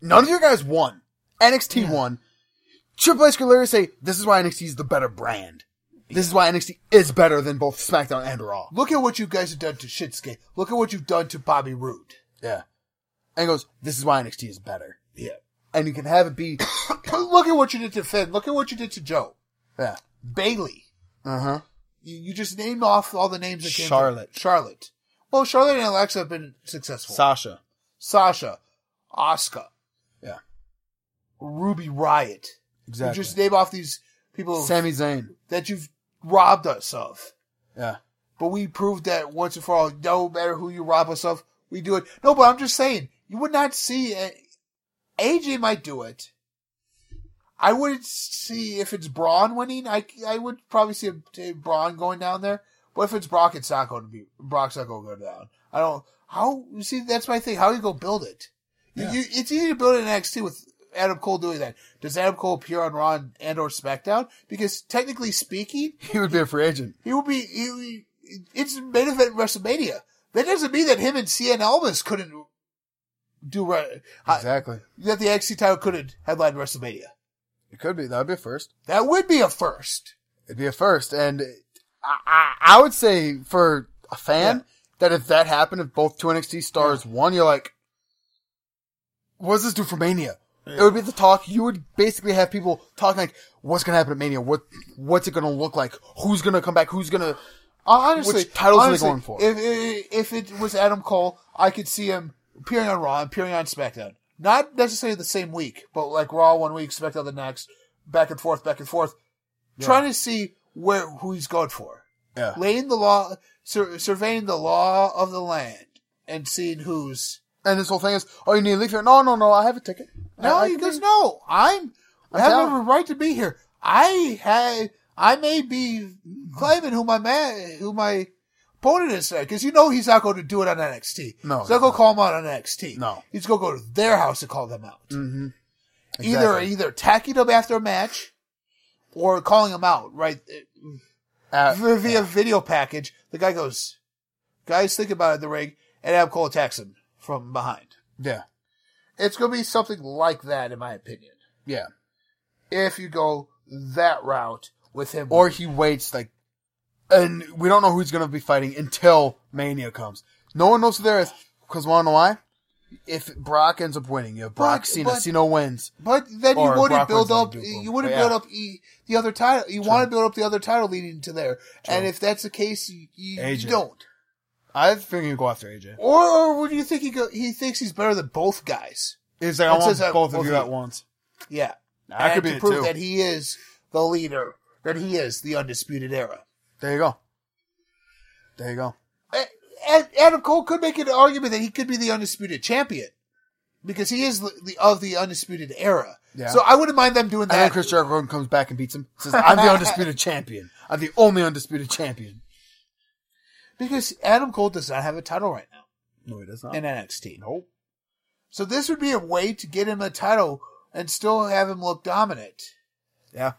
[SPEAKER 2] none of your guys won. NXT won. Triple H could literally say, this is why NXT is the better brand. This is why NXT is better than both SmackDown and Raw.
[SPEAKER 1] Look at what you guys have done to Shinsuke. Look at what you've done to Bobby Roode.
[SPEAKER 2] Yeah. And he goes, this is why NXT is better.
[SPEAKER 1] Yeah.
[SPEAKER 2] And you can have it be,
[SPEAKER 1] Look at what you did to Finn. Look at what you did to Joe.
[SPEAKER 2] yeah.
[SPEAKER 1] Bailey.
[SPEAKER 2] Uh huh.
[SPEAKER 1] You, you just named off all the names that came. from-
[SPEAKER 2] Charlotte.
[SPEAKER 1] Charlotte. Well, Charlotte and Alexa have been successful.
[SPEAKER 2] Sasha.
[SPEAKER 1] Sasha, Oscar,
[SPEAKER 2] Yeah.
[SPEAKER 1] Ruby Riot.
[SPEAKER 2] Exactly.
[SPEAKER 1] You just name off these people
[SPEAKER 2] Sami Zayn.
[SPEAKER 1] that you've robbed us of.
[SPEAKER 2] Yeah.
[SPEAKER 1] But we proved that once and for all, no matter who you rob us of, we do it. No, but I'm just saying, you would not see a- AJ might do it. I would see if it's Braun winning. I, I would probably see a, a Braun going down there. What if it's Brock? It's not going to be Brock's not going to go down. I don't. How you see? That's my thing. How you go build it? You-
[SPEAKER 2] Yeah.
[SPEAKER 1] You, it's easy to build it in NXT with Adam Cole doing that. Does Adam Cole appear on Raw and, and or SmackDown? Because technically speaking,
[SPEAKER 2] He would be a free agent.
[SPEAKER 1] he will be. He, will be- it's main event WrestleMania. That doesn't mean that him and CN Elvis couldn't do re- uh,
[SPEAKER 2] Exactly.
[SPEAKER 1] that. The NXT title couldn't headline WrestleMania.
[SPEAKER 2] It could be. That would be a first.
[SPEAKER 1] That would be a first.
[SPEAKER 2] It'd be a first. And I, I, I would say for a fan that if that happened, if both two NXT stars won, you're like, what does this do for Mania? It would be the talk. You would basically have people talking like, what's going to happen at Mania? What, what's it going to look like? Who's going to come back? Who's going to,
[SPEAKER 1] Uh, Honestly,
[SPEAKER 2] Which titles are they
[SPEAKER 1] honestly,
[SPEAKER 2] going for?
[SPEAKER 1] If, if if it was Adam Cole, I could see him appearing on Raw, and appearing on SmackDown. Not necessarily the same week, but like Raw one week, SmackDown the next, back and forth, back and forth, trying to see where who he's going for,
[SPEAKER 2] yeah.
[SPEAKER 1] laying the law, sur- surveying the law of the land, and seeing who's.
[SPEAKER 2] And this whole thing is, oh, you need to leave here. No, no, no. I have a ticket.
[SPEAKER 1] No,
[SPEAKER 2] I, I
[SPEAKER 1] he
[SPEAKER 2] can-
[SPEAKER 1] goes. No, I'm. I
[SPEAKER 2] I'm
[SPEAKER 1] have
[SPEAKER 2] down.
[SPEAKER 1] a right to be here. I had. I may be claiming who my man, who my opponent is tonight, because you know he's not going to do it on NXT.
[SPEAKER 2] No,
[SPEAKER 1] he's not going to call him out on NXT.
[SPEAKER 2] No. Mm,
[SPEAKER 1] he's going to go to their house and call them out. Either
[SPEAKER 2] Exactly.
[SPEAKER 1] either attacking them after a match, or calling them out right
[SPEAKER 2] Uh,
[SPEAKER 1] via, via video package. The guy goes, "Guys, think about it in the ring," and Adam Cole attacks him from behind.
[SPEAKER 2] yeah.
[SPEAKER 1] It's going to be something like that, in my opinion.
[SPEAKER 2] Yeah.
[SPEAKER 1] if you go that route with him.
[SPEAKER 2] or he waits like, and we don't know who he's gonna be fighting until Mania comes. No one knows who there is because want to know why? If Brock ends up winning, you have Brock
[SPEAKER 1] But-
[SPEAKER 2] Cena.
[SPEAKER 1] but-
[SPEAKER 2] Cena wins.
[SPEAKER 1] but then you
[SPEAKER 2] or
[SPEAKER 1] wouldn't
[SPEAKER 2] Brock
[SPEAKER 1] build
[SPEAKER 2] Lesnar
[SPEAKER 1] up.
[SPEAKER 2] would do both.
[SPEAKER 1] You wouldn't
[SPEAKER 2] Yeah.
[SPEAKER 1] build up e, the other title. You want to build up the other title leading to there. And if that's the case, you, you
[SPEAKER 2] AJ.
[SPEAKER 1] don't.
[SPEAKER 2] I think he'd go after AJ.
[SPEAKER 1] Or, or would you think he go, he thinks he's better than both guys?
[SPEAKER 2] Is like,
[SPEAKER 1] That
[SPEAKER 2] I want
[SPEAKER 1] says that
[SPEAKER 2] both
[SPEAKER 1] both
[SPEAKER 2] of you
[SPEAKER 1] of
[SPEAKER 2] at
[SPEAKER 1] you.
[SPEAKER 2] once.
[SPEAKER 1] Yeah,
[SPEAKER 2] That
[SPEAKER 1] And
[SPEAKER 2] could be
[SPEAKER 1] to
[SPEAKER 2] it
[SPEAKER 1] prove
[SPEAKER 2] too.
[SPEAKER 1] that he is the leader. That he is the undisputed era.
[SPEAKER 2] There you go. There you go.
[SPEAKER 1] A- and Adam Cole could make an argument that he could be the undisputed champion because he is the, the of the undisputed era.
[SPEAKER 2] Yeah.
[SPEAKER 1] So I wouldn't mind them doing
[SPEAKER 2] And then
[SPEAKER 1] that.
[SPEAKER 2] Chris Jericho comes back and beats him. Says, "I'm the undisputed <laughs> champion. I'm the only undisputed champion."
[SPEAKER 1] Because Adam Cole does not have a title right now
[SPEAKER 2] No, he does not.
[SPEAKER 1] in NXT.
[SPEAKER 2] nope.
[SPEAKER 1] So this would be a way to get him a title and still have him look dominant.
[SPEAKER 2] Yeah.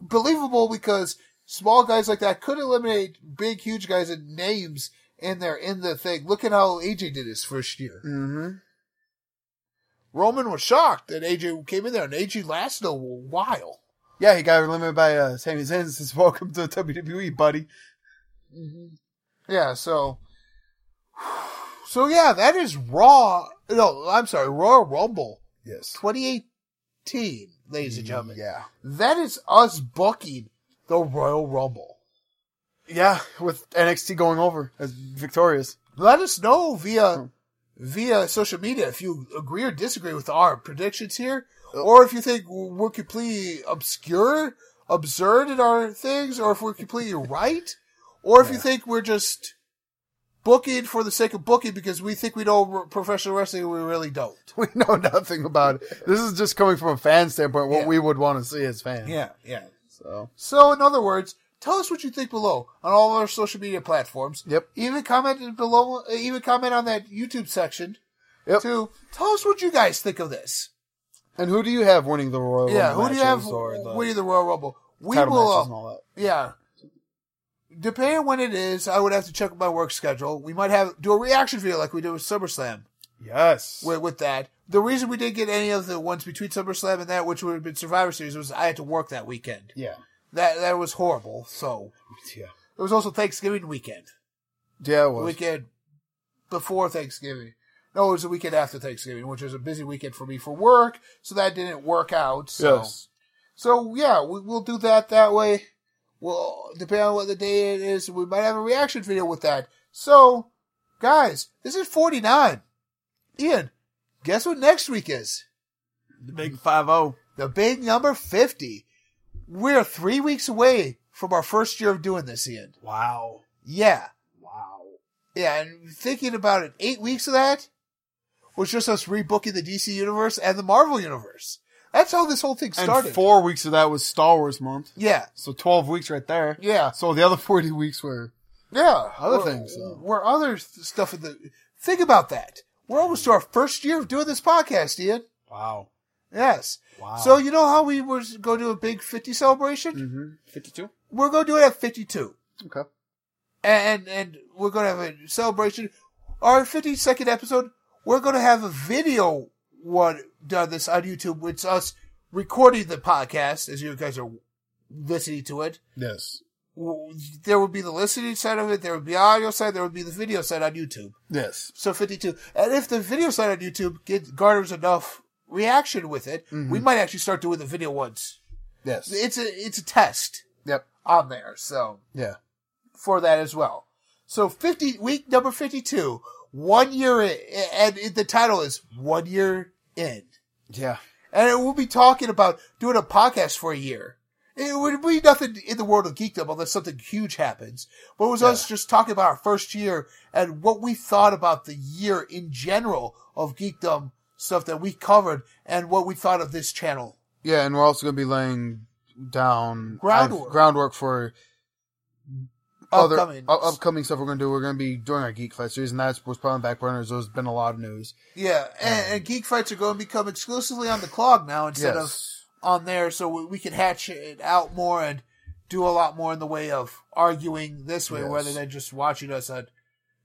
[SPEAKER 1] Believable because small guys like that could eliminate big, huge guys and names in there in the thing. Look at how AJ did his first year.
[SPEAKER 2] Mm-hmm.
[SPEAKER 1] Roman was shocked that AJ came in there and AJ lasted a while.
[SPEAKER 2] Yeah, he got eliminated by uh, Sami Zayn. and Says, <laughs> "Welcome to WWE, buddy."
[SPEAKER 1] Yeah, so. So yeah, that is Raw. No, I'm sorry, Raw Rumble
[SPEAKER 2] Yes.
[SPEAKER 1] 2018, ladies and gentlemen.
[SPEAKER 2] Yeah.
[SPEAKER 1] That is us booking the Royal Rumble.
[SPEAKER 2] Yeah, with NXT going over as victorious. <laughs>
[SPEAKER 1] Let us know via via social media if you agree or disagree with our predictions here, or if you think we're completely obscure, absurd in our things, or if we're <laughs> completely right, or if you think we're just booking for the sake of booking because we think we know r- professional wrestling and we really don't.
[SPEAKER 2] We know nothing about it. This is just coming from a fan standpoint, what
[SPEAKER 1] Yeah.
[SPEAKER 2] we would want to see as fans.
[SPEAKER 1] yeah.
[SPEAKER 2] So
[SPEAKER 1] So, in other words, tell us what you think below on all our social media platforms.
[SPEAKER 2] Yep.
[SPEAKER 1] Even comment below. uh, Even comment on that YouTube section.
[SPEAKER 2] Yep.
[SPEAKER 1] To tell us what you guys think of this.
[SPEAKER 2] And who do you have winning the Royal
[SPEAKER 1] yeah.
[SPEAKER 2] Rumble
[SPEAKER 1] Who do you have
[SPEAKER 2] matches or the
[SPEAKER 1] winning the Royal Rumble? We
[SPEAKER 2] title
[SPEAKER 1] will.
[SPEAKER 2] matches
[SPEAKER 1] uh,
[SPEAKER 2] and all
[SPEAKER 1] yeah. Depending on when it is, I would have to check my work schedule. We might have do a reaction video like we did with SummerSlam
[SPEAKER 2] that? Yes.
[SPEAKER 1] with, with that. The reason we didn't get any of the ones between SummerSlam and that, which would have been Survivor Series, was I had to work that weekend.
[SPEAKER 2] yeah.
[SPEAKER 1] That that was horrible. So
[SPEAKER 2] Yeah.
[SPEAKER 1] it was also Thanksgiving weekend.
[SPEAKER 2] Yeah, it
[SPEAKER 1] the
[SPEAKER 2] was.
[SPEAKER 1] weekend before Thanksgiving. No, it was the weekend after Thanksgiving, which was a busy weekend for me for work, so that didn't work out. So,
[SPEAKER 2] Yes.
[SPEAKER 1] so yeah, we, we'll do that that way. Well, depending on what the day it is, we might have a reaction video with that. So, guys, this is 49. Ian, guess what next week is?
[SPEAKER 2] The big five oh.
[SPEAKER 1] The big number 50. We're three weeks away from our first year of doing this, Ian.
[SPEAKER 2] Wow.
[SPEAKER 1] Yeah.
[SPEAKER 2] Wow.
[SPEAKER 1] Yeah, and thinking about it, eight weeks of that was just us rebooking the DC universe and the Marvel universe. That's how this whole thing started.
[SPEAKER 2] And four weeks of that was Star Wars month.
[SPEAKER 1] yeah,
[SPEAKER 2] So 12 weeks right there.
[SPEAKER 1] yeah,
[SPEAKER 2] So the other 40 weeks were.
[SPEAKER 1] yeah.
[SPEAKER 2] Other
[SPEAKER 1] We're-
[SPEAKER 2] things, though.
[SPEAKER 1] We're other th- stuff in the. Think about that. We're almost to our first year of doing this podcast, Ian.
[SPEAKER 2] Wow.
[SPEAKER 1] Yes.
[SPEAKER 2] Wow.
[SPEAKER 1] So you know how we were going to do a big 50 celebration?
[SPEAKER 2] Mm-hmm. 52?
[SPEAKER 1] We're going to do it at 52.
[SPEAKER 2] Okay.
[SPEAKER 1] and and we're gonna have a celebration. Our fifty second episode, we're gonna have a video one done this on YouTube. It's us recording the podcast as you guys are listening to it.
[SPEAKER 2] Yes.
[SPEAKER 1] W- There would be the listening side of it. There would be audio side. There would be the video side on YouTube.
[SPEAKER 2] Yes.
[SPEAKER 1] So fifty two. And if the video side on YouTube gets garners enough reaction with it, we might actually start doing the video ones.
[SPEAKER 2] Yes.
[SPEAKER 1] It's a it's a test
[SPEAKER 2] yep.
[SPEAKER 1] on there. So
[SPEAKER 2] Yeah.
[SPEAKER 1] for that as well. So 50 week number 52, one year in, and it- the title is one year in.
[SPEAKER 2] Yeah.
[SPEAKER 1] And we'll be talking about doing a podcast for a year. It would be nothing in the world of geekdom unless something huge happens. But it was us just talking about our first year and what we thought about the year in general of geekdom stuff that we covered and what we thought of this channel.
[SPEAKER 2] Yeah, and we're also going to be laying down
[SPEAKER 1] Groundwork.
[SPEAKER 2] uh, groundwork for other
[SPEAKER 1] Upcoming.
[SPEAKER 2] u- upcoming stuff we're going to do. We're going to be doing our Geek Fight series, and that's what's probably on the back burner. is There's been a lot of news.
[SPEAKER 1] yeah, and, and geek fights are going to become exclusively on the clog now instead of
[SPEAKER 2] Um, yes.
[SPEAKER 1] on there so we, we can hatch it out more and do a lot more in the way of arguing this way
[SPEAKER 2] Yes.
[SPEAKER 1] rather than just watching us on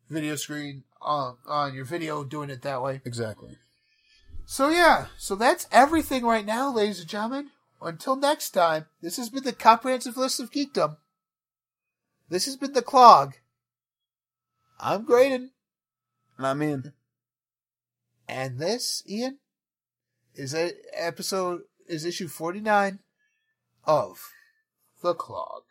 [SPEAKER 1] video screen on, on your video doing it that way.
[SPEAKER 2] exactly.
[SPEAKER 1] So yeah, so that's everything right now, ladies and gentlemen. Until next time, this has been the comprehensive list of geekdom. This has been the clog. I'm Graydon,
[SPEAKER 2] And I'm in.
[SPEAKER 1] and this Ian is a episode is issue forty nine of the clog.